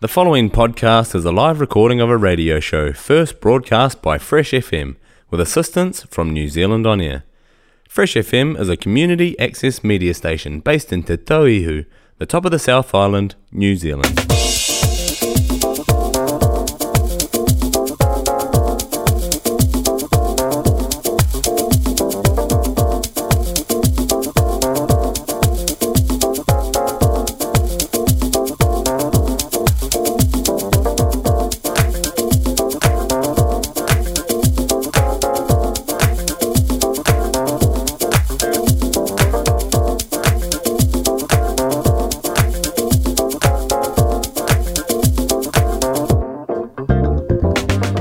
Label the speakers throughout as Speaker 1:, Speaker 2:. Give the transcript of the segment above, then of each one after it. Speaker 1: The following podcast is a live recording of a radio show first broadcast by Fresh FM with assistance from New Zealand On Air. Fresh FM is a community access media station based in Te Tauihu, the top of the South Island, New Zealand.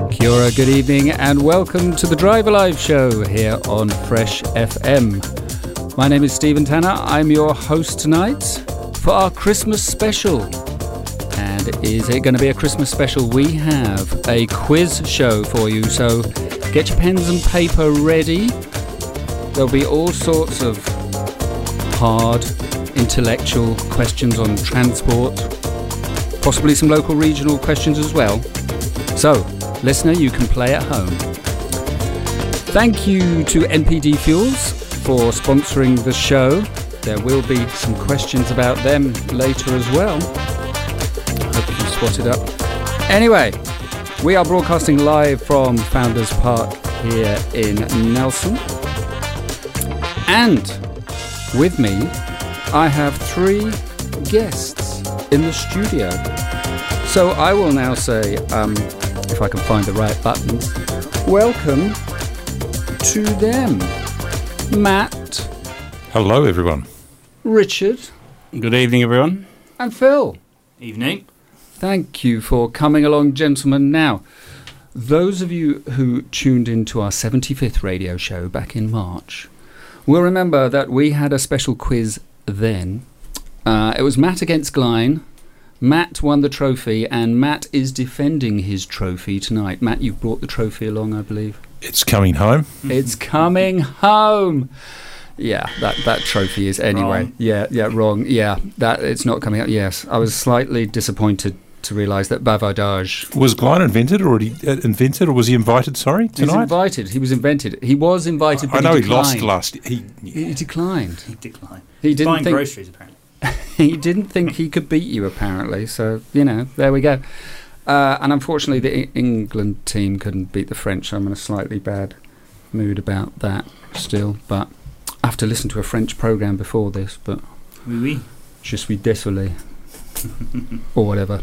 Speaker 2: Kia ora, good evening, and welcome to the Drive Alive show here on Fresh FM. My name is Stephen Tanner. I'm your host tonight for our Christmas special. And is it going to be a Christmas special? We have a quiz show for you, so get your pens and paper ready. There'll be all sorts of hard intellectual questions on transport, possibly some local regional questions as well. So, listener, you can play at home. Thank you to NPD Fuels for sponsoring the show. There will be some questions about them later as well. Hope you spotted up. Anyway, we are broadcasting live from Founders Park here in Nelson. And with me, I have three guests in the studio. So I will now say, um, if I can find the right button, welcome to them. Matt,
Speaker 3: Hello, everyone.
Speaker 2: Richard,
Speaker 4: Good evening, everyone.
Speaker 2: and Phil.
Speaker 4: Evening.
Speaker 2: Thank you for coming along, gentlemen. Now, those of you who tuned in to our 75th radio show back in March will remember that we had a special quiz then. Uh, it was Matt against Glyne. Matt won the trophy, and Matt is defending his trophy tonight. Matt, you've brought the trophy along, I believe.
Speaker 3: It's coming home.
Speaker 2: It's coming home. Yeah, that, that trophy is anyway.
Speaker 4: Wrong.
Speaker 2: Yeah, yeah, wrong. Yeah, that it's not coming out. Yes, I was slightly disappointed to realise that Bavardage
Speaker 3: Was Glyne invented or already uh, invented, or was he invited? Sorry,
Speaker 2: He was
Speaker 3: tonight.
Speaker 2: invited. He was invented. He was invited.
Speaker 3: I
Speaker 2: But
Speaker 3: know
Speaker 2: he
Speaker 3: he lost
Speaker 2: declined.
Speaker 3: last. He,
Speaker 2: He declined.
Speaker 4: He declined.
Speaker 2: He didn't
Speaker 4: Buying
Speaker 2: think
Speaker 4: groceries, apparently.
Speaker 2: he didn't think he could beat you. Apparently, so you know there we go. Uh, and unfortunately, the E- England team couldn't beat the French. I'm in a slightly bad mood about that still, but I have to listen to a French program before this. But
Speaker 4: Oui, oui.
Speaker 2: Je suis désolé. or whatever.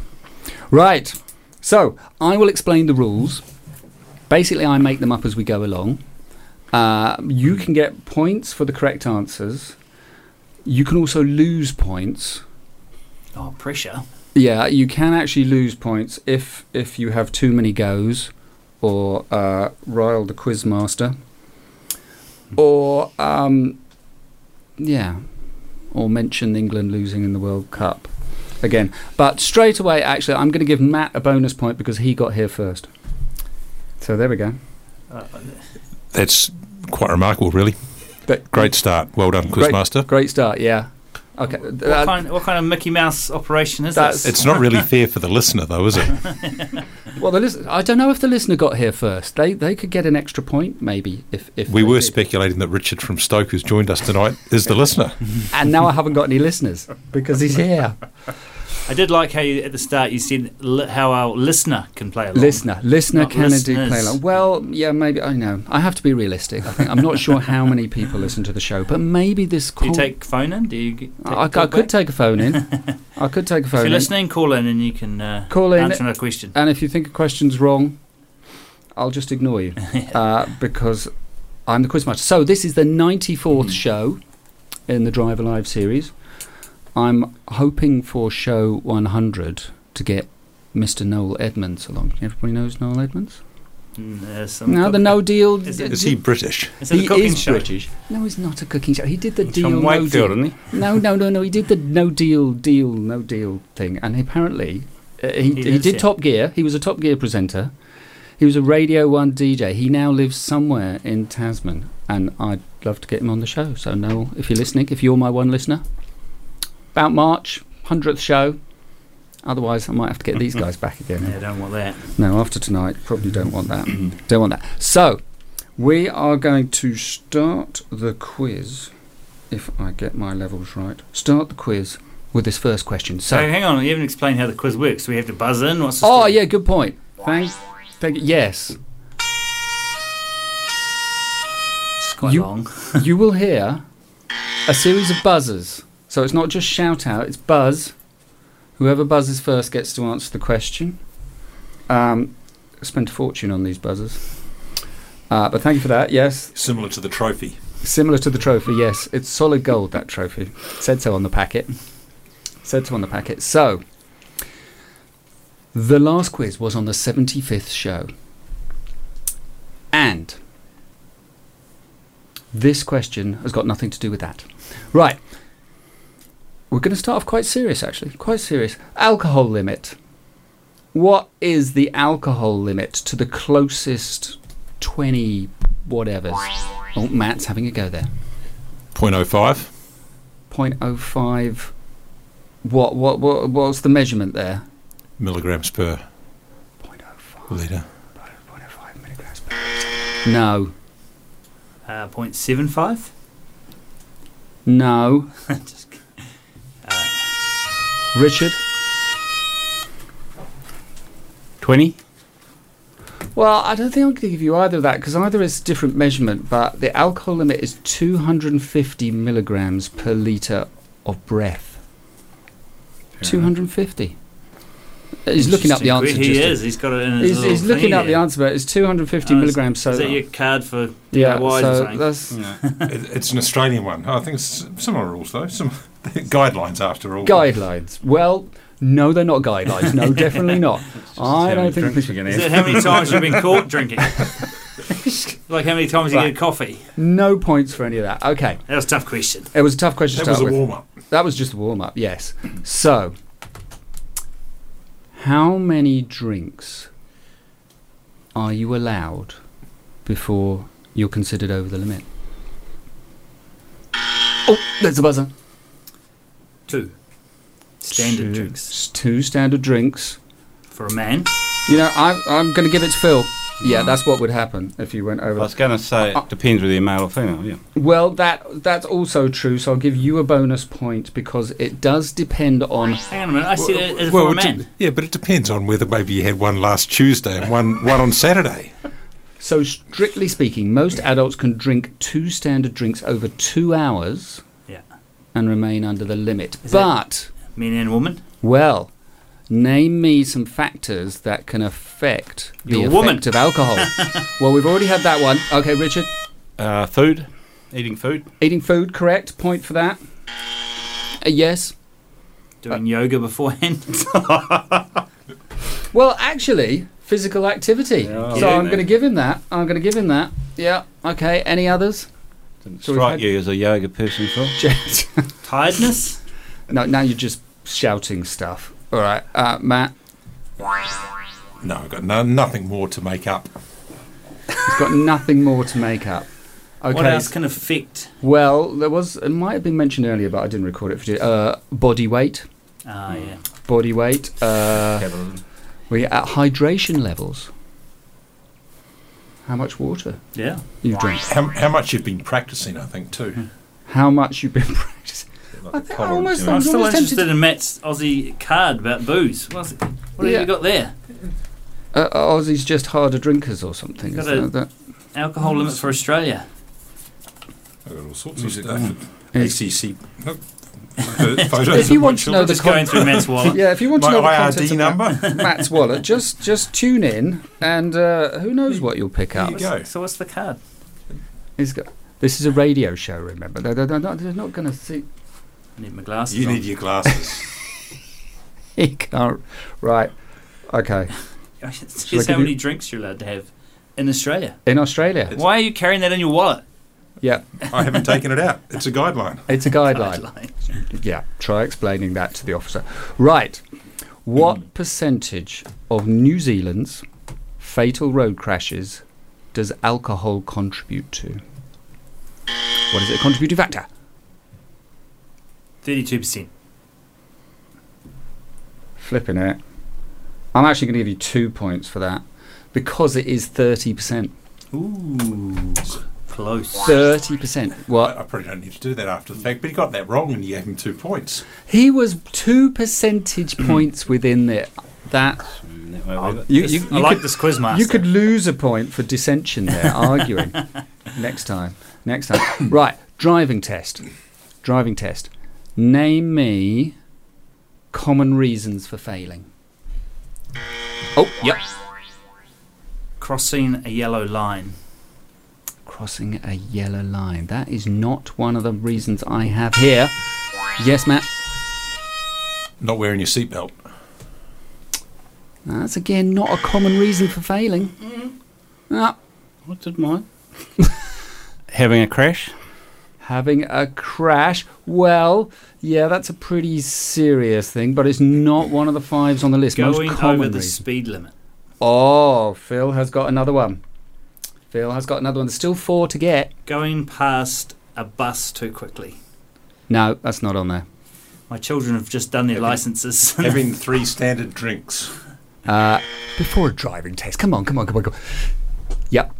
Speaker 2: Right. So, I will explain the rules. Basically, I make them up as we go along. Uh, you can get points for the correct answers. You can also lose points.
Speaker 4: Oh, pressure.
Speaker 2: Yeah, you can actually lose points if if you have too many goes, or uh, rile the quizmaster,
Speaker 3: Hmm.
Speaker 2: or um, yeah, or mention England losing in the World Cup again. But straight away, actually, I'm going to give Matt a bonus point because he got here first. So there we go.
Speaker 4: Uh,
Speaker 3: that's quite remarkable, really.
Speaker 2: But-
Speaker 3: Great start. Well done,
Speaker 2: Great.
Speaker 3: Quizmaster.
Speaker 2: Great start. Yeah. Okay.
Speaker 4: what,
Speaker 2: uh,
Speaker 4: kind, what kind of Mickey Mouse operation is
Speaker 2: That's-
Speaker 4: that?
Speaker 3: It's not really fair for the listener, though, is it?
Speaker 2: well, the listen- I don't know if the listener got here first. They they could get an extra point maybe if if
Speaker 3: We
Speaker 2: they
Speaker 3: were
Speaker 2: did.
Speaker 3: speculating that Richard from Stoke, who's joined us tonight, is the listener.
Speaker 2: and now I haven't got any listeners because he's here.
Speaker 4: I did like how you, at the start you said li- how our listener can play along.
Speaker 2: Listener, listener
Speaker 4: Not
Speaker 2: can indeed play
Speaker 4: listeners.
Speaker 2: along. Well, yeah, maybe I know. I have to be realistic. I think I'm not sure how many people listen to the show, but maybe this
Speaker 4: Do
Speaker 2: call.
Speaker 4: you take phone in? Do you get, take
Speaker 2: I, I
Speaker 4: call
Speaker 2: could
Speaker 4: back?
Speaker 2: take a phone in. I could take a
Speaker 4: If
Speaker 2: phone
Speaker 4: you're
Speaker 2: in.
Speaker 4: listening, call in and you can uh,
Speaker 2: Call in.
Speaker 4: answer another question.
Speaker 2: And if you think a question's wrong, I'll just ignore you uh, because I'm the quizmaster. So this is the 94th show in the Drive Alive series. I'm hoping for show 100 to get Mr. Noel Edmonds along. Everybody knows Noel Edmonds.
Speaker 4: Mm, there's some
Speaker 2: No, the
Speaker 4: cook-
Speaker 2: No Deal.
Speaker 4: Is it-
Speaker 3: Is he British?
Speaker 4: Is it a cooking show?
Speaker 2: No, he's not a cooking show. He did the
Speaker 4: He's
Speaker 2: deal.
Speaker 4: from Wakefield,
Speaker 2: no deal. No, no, no, no. He did the no deal, deal, no deal thing, and apparently uh, he
Speaker 4: He
Speaker 2: he,
Speaker 4: lives
Speaker 2: did
Speaker 4: here.
Speaker 2: Top Gear. He was a Top Gear presenter. He was a Radio One DJ. He now lives somewhere in Tasman, and I'd love to get him on the show. So Noel, if you're listening, if you're my one listener, about March, hundredth show, Otherwise, I might have to get these guys back again. eh?
Speaker 4: Yeah, don't want that.
Speaker 2: No, after tonight, probably don't want that. don't want that. So, we are going to start the quiz, if I get my levels right. Start the quiz with this first question.
Speaker 4: So
Speaker 2: So,
Speaker 4: hang on, you haven't explained how the quiz works. Do we have to buzz in? What's the
Speaker 2: oh
Speaker 4: story?
Speaker 2: yeah, good point. Thanks. Thank you. Yes,
Speaker 4: It's quite
Speaker 2: You-
Speaker 4: long.
Speaker 2: you will hear a series of buzzers. So it's not just shout out; it's buzz. Whoever buzzes first gets to answer the question. Um, spent a fortune on these buzzers. Uh, but thank you for that. Yes,
Speaker 3: Similar to the trophy.
Speaker 2: Similar to the trophy, yes. It's solid gold, that trophy. Said so on the packet. Said so on the packet. So, the last quiz was on the 75th show. And this question has got nothing to do with that. Right. We're going to start off quite serious, actually. Quite serious. Alcohol limit. What is the alcohol limit to the closest 20 whatevers? Oh, Matt's having a go there.
Speaker 3: 0.05.
Speaker 2: 0.05. What, what, what, what's the measurement there?
Speaker 3: milligrams per litre.
Speaker 2: 0.05 milligrams per litre. No,
Speaker 4: Uh, 0.75?
Speaker 2: no.
Speaker 4: Just kidding. uh,
Speaker 2: Richard?
Speaker 1: 20?
Speaker 2: Well, I don't think I'm going to give you either of that because either is different measurement, but the alcohol limit is 250 milligrams per litre of breath. 250. He's looking up the answer.
Speaker 4: Interesting. He
Speaker 2: just to-
Speaker 4: is. He's got it in his
Speaker 2: He's,
Speaker 4: little
Speaker 2: he's looking
Speaker 4: thingy
Speaker 2: up the
Speaker 4: there.
Speaker 2: answer, but it's 250
Speaker 4: Oh, is-
Speaker 2: milligrams. So
Speaker 4: Is that your card for
Speaker 2: yeah,
Speaker 4: DIYs or
Speaker 2: so
Speaker 4: something?
Speaker 2: that's
Speaker 3: It- it's an Australian one. I think it's similar rules, though. Some guidelines, after all.
Speaker 2: guidelines. Well, no, they're not guidelines. No, definitely not. I don't think.
Speaker 4: Is that how many times you've been caught drinking? like how many times you
Speaker 2: Right.
Speaker 4: get a coffee?
Speaker 2: No points for any of that. Okay,
Speaker 4: That was a tough question.
Speaker 2: it was a tough question
Speaker 3: That
Speaker 2: to
Speaker 3: was a
Speaker 2: start with.
Speaker 3: warm up.
Speaker 2: that was just a warm up. Yes. So, how many drinks are you allowed before you're considered over the limit? Oh, there's a buzzer.
Speaker 4: Two.
Speaker 2: Two-
Speaker 4: Standard drinks
Speaker 2: Two standard drinks.
Speaker 4: for a man.
Speaker 2: You know, I, I'm going to give it to Phil.
Speaker 4: Mm.
Speaker 2: Yeah, that's what would happen if you went over.
Speaker 5: I was going to say it depends whether you're male or female. Yeah.
Speaker 2: Well, that that's also true. So I'll give you a bonus point because it does depend on.
Speaker 4: Hang on a minute. I said it as for a
Speaker 3: it de-
Speaker 4: man.
Speaker 3: yeah, but it depends on whether maybe you had one last Tuesday and one, one on Saturday.
Speaker 2: So strictly speaking, most adults can drink two standard drinks over two hours
Speaker 4: Yeah.
Speaker 2: and remain under the limit.
Speaker 4: Is
Speaker 2: but
Speaker 4: Men and woman.
Speaker 2: well, name me some factors that can affect the
Speaker 4: You're a
Speaker 2: effect
Speaker 4: woman.
Speaker 2: of alcohol. well, we've already had that one. Okay, Richard,
Speaker 5: Uh, food, eating food,
Speaker 2: eating food, correct? Point for that. A yes. Uh,
Speaker 4: Doing yoga beforehand.
Speaker 2: Well, actually, physical activity.
Speaker 5: Yeah.
Speaker 2: so
Speaker 5: Yeah,
Speaker 2: I'm
Speaker 5: mate.
Speaker 2: going to give him that. I'm going to give him that. Yeah. Okay. Any others?
Speaker 5: didn't
Speaker 2: So we've
Speaker 5: strike
Speaker 2: had-
Speaker 5: you as a yoga person, Phil.
Speaker 2: Jet.
Speaker 4: Tiredness.
Speaker 2: no, now you're just shouting stuff. All right, uh, Matt.
Speaker 3: No, I've got no, nothing more to make up.
Speaker 2: He's got nothing more to make up. Okay.
Speaker 4: What else can affect?
Speaker 2: Well, there was. It might have been mentioned earlier, but I didn't record it for you. Uh, body weight.
Speaker 4: Ah,
Speaker 2: Hmm.
Speaker 4: yeah.
Speaker 2: Body weight. Uh, we at hydration levels. How much water
Speaker 4: Yeah.
Speaker 2: you drink?
Speaker 3: How, how much you've been practicing, I think, too.
Speaker 2: How much you've been practicing? I think I almost, I
Speaker 4: I'm
Speaker 2: was
Speaker 4: still
Speaker 2: almost tempted
Speaker 4: interested in Matt's Aussie card about booze. What's it, what
Speaker 2: Yeah.
Speaker 4: have you got there?
Speaker 2: Uh, Aussies just harder drinkers or something.
Speaker 4: Got
Speaker 2: isn't
Speaker 4: a-
Speaker 2: it? That-
Speaker 4: Alcohol limit for Australia.
Speaker 3: I've got all sorts of stuff.
Speaker 2: It's-
Speaker 3: ACC. Nope. Photos
Speaker 2: If you
Speaker 3: of my
Speaker 2: want to know the
Speaker 3: children.
Speaker 4: Just going through Matt's wallet.
Speaker 2: yeah, if you want to
Speaker 3: my
Speaker 2: know the contents
Speaker 3: IRD
Speaker 2: of
Speaker 3: number,
Speaker 2: Matt- Matt's wallet, just just tune in, and uh, who knows what you'll pick
Speaker 3: There
Speaker 2: up.
Speaker 3: you go.
Speaker 4: So what's the card?
Speaker 2: He's got- this is a radio show, remember? They're, they're not, they're not going to see.
Speaker 4: I need my glasses.
Speaker 3: You
Speaker 4: on.
Speaker 3: need your glasses.
Speaker 2: He can't. Right. Okay.
Speaker 4: I should see
Speaker 2: Shall I
Speaker 4: how
Speaker 2: give
Speaker 4: many
Speaker 2: you-
Speaker 4: drinks you're allowed to have in Australia.
Speaker 2: In Australia.
Speaker 4: Why are you carrying that in your wallet?
Speaker 2: Yeah.
Speaker 3: I haven't taken it out. It's a guideline.
Speaker 2: It's a guideline. Yeah. Try explaining that to the officer. Right. What percentage of New Zealand's fatal road crashes does alcohol contribute to? What is it? A contributing factor?
Speaker 4: Thirty-two percent.
Speaker 2: Flipping it. I'm actually going to give you two points for that because it is 30%.
Speaker 4: Ooh, close.
Speaker 2: 30%. What?
Speaker 3: I, I probably don't need to do that after the fact, but he got that wrong and you gave him two points.
Speaker 2: He was two percentage
Speaker 4: Mm-hmm.
Speaker 2: points within it. That
Speaker 5: Mm, that way we got-
Speaker 2: you,
Speaker 4: This-
Speaker 2: you,
Speaker 4: I
Speaker 2: you
Speaker 4: like
Speaker 2: could,
Speaker 4: this quiz master.
Speaker 2: you could lose a point for dissension there, arguing. Next time. Next time. Right. Driving test. Driving test. Name me common reasons for failing. Oh, yep.
Speaker 4: crossing a yellow line.
Speaker 2: Crossing a yellow line. That is not one of the reasons I have here. Yes, Matt.
Speaker 3: Not wearing your seatbelt.
Speaker 2: That's again not a common reason for failing. Ah,
Speaker 5: What did mine? Having a crash.
Speaker 2: having a crash. Well, yeah, that's a pretty serious thing, but it's not one of the fives on the list.
Speaker 4: Going
Speaker 2: Most common
Speaker 4: over the
Speaker 2: reason.
Speaker 4: speed limit.
Speaker 2: Oh, Phil has got another one. Phil has got another one. There's still four to get.
Speaker 4: Going past a bus too quickly.
Speaker 2: No, that's not on there.
Speaker 4: My children have just done their
Speaker 3: Having-
Speaker 4: licenses.
Speaker 3: Having three standard drinks.
Speaker 2: Uh, before a driving test. Come on, come on, come on, come on. Yep.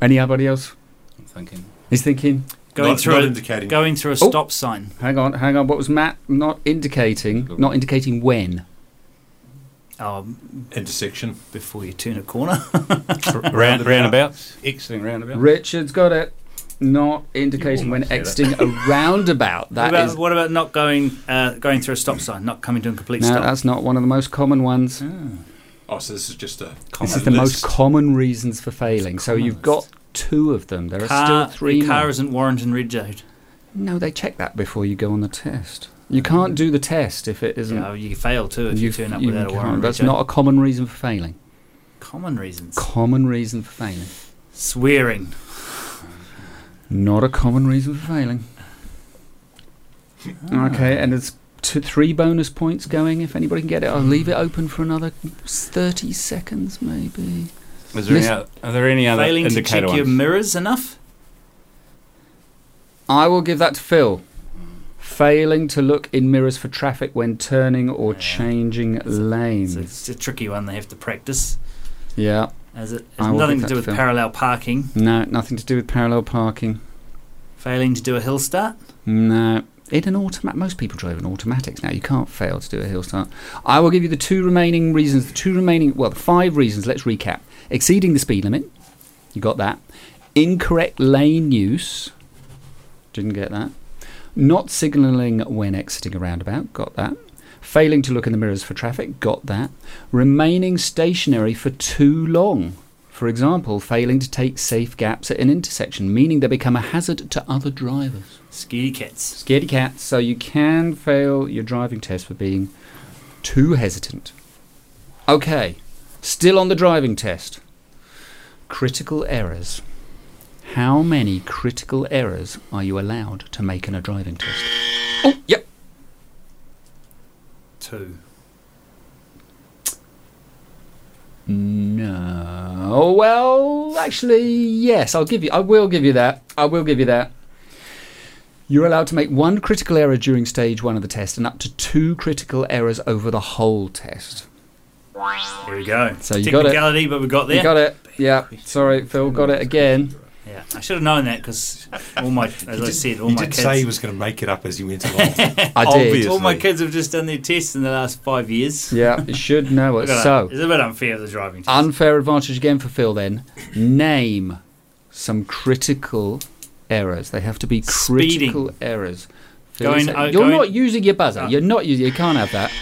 Speaker 2: Anybody else?
Speaker 5: I'm thinking.
Speaker 2: He's thinking.
Speaker 4: going
Speaker 3: not,
Speaker 4: through
Speaker 3: not
Speaker 4: a,
Speaker 3: indicating.
Speaker 4: going through a
Speaker 2: Oh.
Speaker 4: stop sign.
Speaker 2: Hang on, hang on. What was Matt not indicating? Not indicating when.
Speaker 4: Um,
Speaker 3: intersection.
Speaker 4: before you turn a corner.
Speaker 5: Round, roundabouts. Exiting roundabouts.
Speaker 2: Richard's got it. Not indicating
Speaker 5: You
Speaker 2: when
Speaker 5: almost said it.
Speaker 2: exiting a roundabout.
Speaker 4: what,
Speaker 2: That
Speaker 4: about,
Speaker 2: is.
Speaker 4: what about not going uh, going through a stop sign, not coming to a complete
Speaker 2: No,
Speaker 4: stop?
Speaker 2: that's not one of the most common ones.
Speaker 3: Oh, so this is just a common
Speaker 2: This is the most
Speaker 3: list.
Speaker 2: common reasons for failing. So
Speaker 5: common
Speaker 2: you've got two of them. There are
Speaker 4: car,
Speaker 2: still three.
Speaker 4: your car
Speaker 2: more.
Speaker 4: isn't warranted and registered.
Speaker 2: No, they check that before you go on the test. You can't do the test if it isn't.
Speaker 4: Mm. Yeah, you fail too if you,
Speaker 2: you've-
Speaker 4: turn up
Speaker 2: you
Speaker 4: without a
Speaker 2: can't.
Speaker 4: warrant.
Speaker 2: That's
Speaker 4: rego.
Speaker 2: not a common reason for failing.
Speaker 4: common reasons.
Speaker 2: Common reason for failing.
Speaker 4: Swearing.
Speaker 2: Not a common reason for failing.
Speaker 4: Ah.
Speaker 2: Okay, and there's two, three bonus points going if anybody can get it. I'll leave it open for another 30 seconds, maybe.
Speaker 5: Is there any,
Speaker 2: Listen-
Speaker 5: oth- are there any other
Speaker 4: Failing to check
Speaker 5: indicator
Speaker 4: your
Speaker 5: ones?
Speaker 4: mirrors enough.
Speaker 2: I will give that to Phil. Failing to look in mirrors for traffic when turning or
Speaker 4: Yeah.
Speaker 2: changing lanes.
Speaker 4: So it's a tricky one. They have to practice.
Speaker 2: yeah,
Speaker 4: As it
Speaker 2: I
Speaker 4: has
Speaker 2: will
Speaker 4: nothing
Speaker 2: give that
Speaker 4: to do with
Speaker 2: to Phil.
Speaker 4: parallel parking.
Speaker 2: no, nothing to do with parallel parking.
Speaker 4: Failing to do a hill start.
Speaker 2: No. Mm, uh, In an automatic, most people drive in automatics now. You can't fail to do a hill start. I will give you the two remaining reasons. The two remaining, well, the five reasons. Let's recap: exceeding the speed limit. You got that. Incorrect lane use. Didn't get that. Not signalling when exiting a roundabout. Got that. Failing to look in the mirrors for traffic. Got that. Remaining stationary for too long. For example, failing to take safe gaps at an intersection, meaning they become a hazard to other drivers.
Speaker 4: Scaredy cats.
Speaker 2: Scaredy cat. So you can fail your driving test for being too hesitant. Okay, still on the driving test. Critical errors. How many critical errors are you allowed to make in a driving test? Oh, yep.
Speaker 4: Two.
Speaker 2: No. Well, actually, yes. I'll give you. I will give you that. I will give you that. You're allowed to make one critical error during stage one of the test, and up to two critical errors over the whole test.
Speaker 4: There we go.
Speaker 2: So you got it.
Speaker 4: Technicality, but we got there.
Speaker 2: You got it. Yeah. Sorry, Phil got it again.
Speaker 4: Yeah, I should have known that because all my, as I said, all
Speaker 3: He
Speaker 4: my
Speaker 3: did
Speaker 4: kids,
Speaker 3: say he was going to make it up as he went along.
Speaker 2: I did.
Speaker 5: Obvious.
Speaker 4: all my
Speaker 5: Obviously.
Speaker 4: kids have just done their tests in the last five years.
Speaker 2: Yeah, you should know it.
Speaker 4: Look at
Speaker 2: So,
Speaker 4: that. it's a bit unfair the driving test.
Speaker 2: unfair advantage again for Phil then. Name some critical errors. They have to be critical errors. Phil,
Speaker 4: Going-
Speaker 2: is it-
Speaker 4: uh,
Speaker 2: you're
Speaker 4: going-
Speaker 2: not using your buzzer.
Speaker 4: Uh,
Speaker 2: You're not using. You can't have that.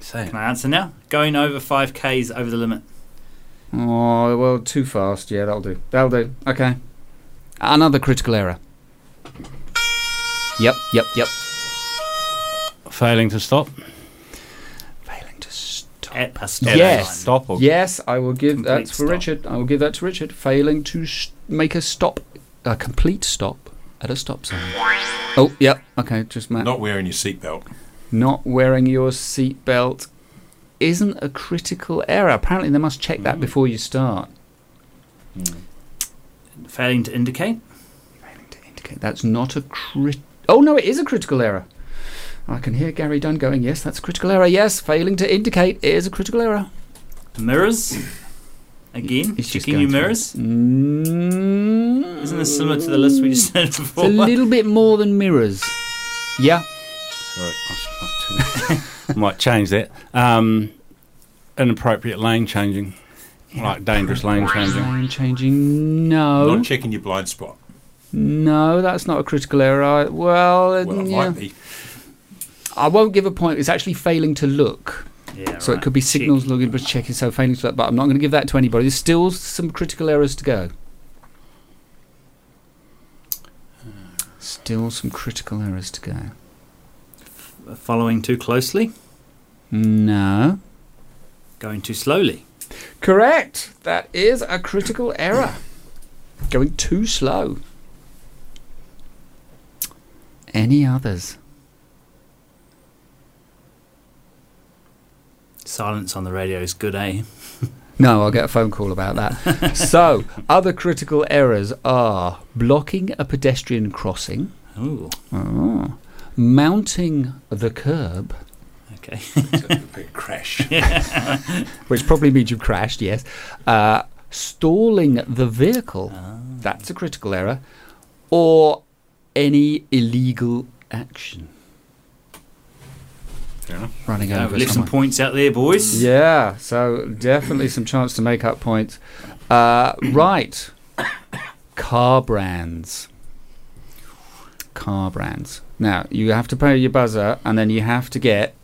Speaker 5: Say it.
Speaker 4: Can I answer now? Going over five k's over the limit.
Speaker 2: Oh well, too fast. Yeah, that'll do. That'll do. Okay. Another critical error. Yep. Yep. Yep.
Speaker 5: Failing to stop.
Speaker 2: Failing to stop.
Speaker 4: At a stop
Speaker 5: At a
Speaker 2: Yes.
Speaker 4: sign.
Speaker 5: Stop or
Speaker 2: Yes, I will give that
Speaker 4: Complete
Speaker 2: for
Speaker 4: stop.
Speaker 2: Richard. I will give that to Richard. Failing to sh- make a stop, a complete stop at a stop sign. Oh, yep. Okay, just Matt. Not,
Speaker 3: not wearing your seatbelt.
Speaker 2: wearing your seatbelt isn't a critical error. Apparently, they must check
Speaker 4: Mm.
Speaker 2: that before you start.
Speaker 4: Failing to indicate.
Speaker 2: Failing to indicate that's not a crit. Oh no, it is a critical error. I can hear Gary Dunn going, yes, that's a critical error. Yes, failing to indicate is a critical error.
Speaker 4: Mirrors? Again?
Speaker 2: He's just
Speaker 4: Checking your
Speaker 2: going through
Speaker 4: mirrors?
Speaker 2: Mm,
Speaker 4: Isn't this similar to the list we just did
Speaker 2: It's a
Speaker 4: before?
Speaker 2: little bit more than mirrors. Yeah.
Speaker 5: Right, I might- might change that. Um, inappropriate lane changing, like dangerous lane changing.
Speaker 2: Lane changing. No.
Speaker 3: Not checking your blind spot.
Speaker 2: No, that's not a critical error. Well,
Speaker 3: Well, it
Speaker 2: yeah.
Speaker 3: might be.
Speaker 2: I won't give a point. It's actually failing to look.
Speaker 4: yeah,
Speaker 2: So it
Speaker 4: right.
Speaker 2: could be
Speaker 4: Check.
Speaker 2: signals looking, but checking, so failing to look. But I'm not going to give that to anybody. There's still some critical errors to go. Still some critical errors to go.
Speaker 4: Following too closely?
Speaker 2: No.
Speaker 4: Going too slowly?
Speaker 2: Correct. That is a critical error. Going too slow. Any others?
Speaker 4: Silence on the radio is good, eh?
Speaker 2: No, I'll get a phone call about that. so, other critical errors are blocking a pedestrian crossing,
Speaker 4: Ooh,
Speaker 2: Ah.
Speaker 5: Oh.
Speaker 2: mounting the curb,
Speaker 4: okay.
Speaker 3: Big crash.
Speaker 2: which probably means you've crashed, yes, uh, stalling the vehicle,
Speaker 5: Ah.
Speaker 2: that's a critical error, or any illegal action.
Speaker 5: Fair enough.
Speaker 2: Running
Speaker 4: Yeah,
Speaker 2: over
Speaker 4: left some
Speaker 2: someone.
Speaker 4: Uh, points out there, boys.
Speaker 2: Yeah, so definitely some chance to make up points. Uh, right. Car brands. Car brands. Now, you have to pay your buzzer and then you have to get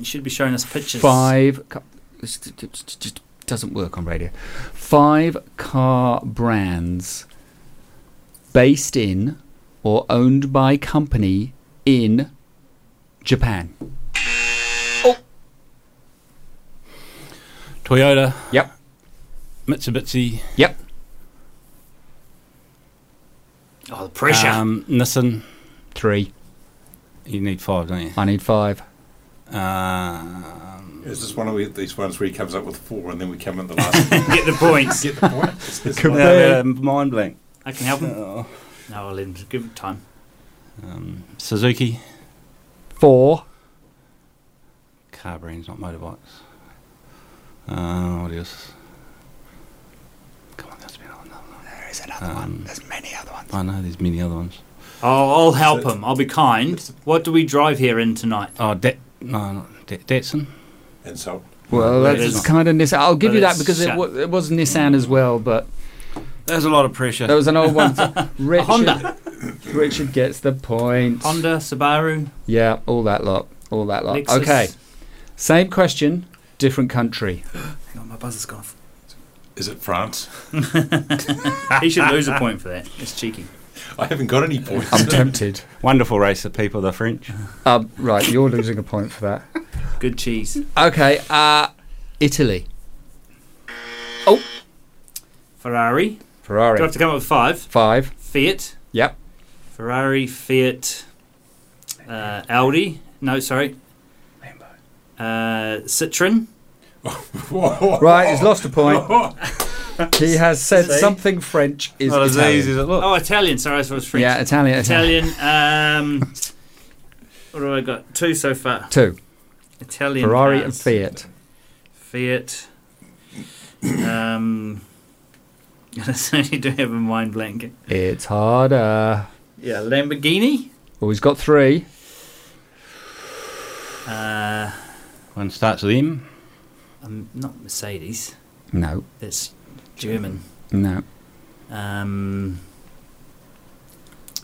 Speaker 4: You should be showing us pictures.
Speaker 2: five. Ca- this d- d- d- just doesn't work on radio. Five car brands based in or owned by company in Japan.
Speaker 5: Toyota.
Speaker 2: Yep.
Speaker 5: Mitsubishi.
Speaker 2: Yep.
Speaker 4: Oh, the pressure.
Speaker 5: Um, Nissan.
Speaker 2: Three.
Speaker 5: You need five, don't you?
Speaker 2: I need five.
Speaker 5: Um,
Speaker 3: Is this one of we- these ones where he comes up with four and then we come in the last one?
Speaker 4: Get the points.
Speaker 3: Get the point? It's this
Speaker 5: no,
Speaker 3: one.
Speaker 5: no, mind blank.
Speaker 4: I can help him.
Speaker 5: Oh.
Speaker 4: No, I'll let him. Give him time.
Speaker 5: Um, Suzuki.
Speaker 2: Four.
Speaker 5: Car brands, not motorbikes. Uh, what else? Come on, there's been another one.
Speaker 2: There is
Speaker 5: another one. Um,
Speaker 2: There's many other ones.
Speaker 5: I know there's many other ones.
Speaker 4: I'll, I'll help him. I'll be kind. What do we drive here in tonight?
Speaker 5: Oh, Dat no, not Dat Datsun.
Speaker 3: Insult.
Speaker 2: Well,
Speaker 4: Well,
Speaker 2: that's
Speaker 4: it's-
Speaker 2: kind of Nissan. I'll give
Speaker 4: but
Speaker 2: you that
Speaker 4: it's
Speaker 2: because it,
Speaker 4: shut.
Speaker 2: wa it was Nissan as well, but
Speaker 5: There's a lot of pressure.
Speaker 2: there was an old one. Richard,
Speaker 4: Honda.
Speaker 2: Richard gets the point.
Speaker 4: Honda, Subaru,
Speaker 2: Yeah, all that lot. All that lot.
Speaker 4: Lexus.
Speaker 2: Uh, Okay. Same question, different country.
Speaker 4: Hang on, my buzzer's gone off.
Speaker 3: Is it France?
Speaker 4: He should lose a point for that. It's cheeky.
Speaker 3: I haven't got any points.
Speaker 2: I'm tempted.
Speaker 5: Wonderful race of people, the French.
Speaker 2: Um, right, you're losing a point for that.
Speaker 4: Good cheese.
Speaker 2: Okay, uh, Italy.
Speaker 4: Ferrari. Do I
Speaker 2: Ferrari.
Speaker 4: have to come up with five?
Speaker 2: Five.
Speaker 4: Fiat.
Speaker 2: Yep.
Speaker 4: Ferrari, Fiat, uh, Audi. No, sorry. Uh, Citroen.
Speaker 3: Whoa.
Speaker 2: Right, he's lost a point. He has said
Speaker 4: See?
Speaker 2: something French is
Speaker 5: not as
Speaker 2: Italian.
Speaker 5: easy as it looks.
Speaker 4: Oh, Italian. Sorry, I was French.
Speaker 2: Yeah, Italian. Italian.
Speaker 4: Italian. Um, what do I got? Two so far.
Speaker 2: Two.
Speaker 4: Italian.
Speaker 2: Ferrari and
Speaker 4: cars.
Speaker 2: Fiat.
Speaker 4: Fiat. Um, I certainly do have a mind blank.
Speaker 2: It's harder.
Speaker 4: Yeah, Lamborghini.
Speaker 2: Well, he's got three.
Speaker 4: Uh,
Speaker 5: One starts with M.
Speaker 4: um, not Mercedes.
Speaker 2: No,
Speaker 4: That's German.
Speaker 2: no.
Speaker 4: Um,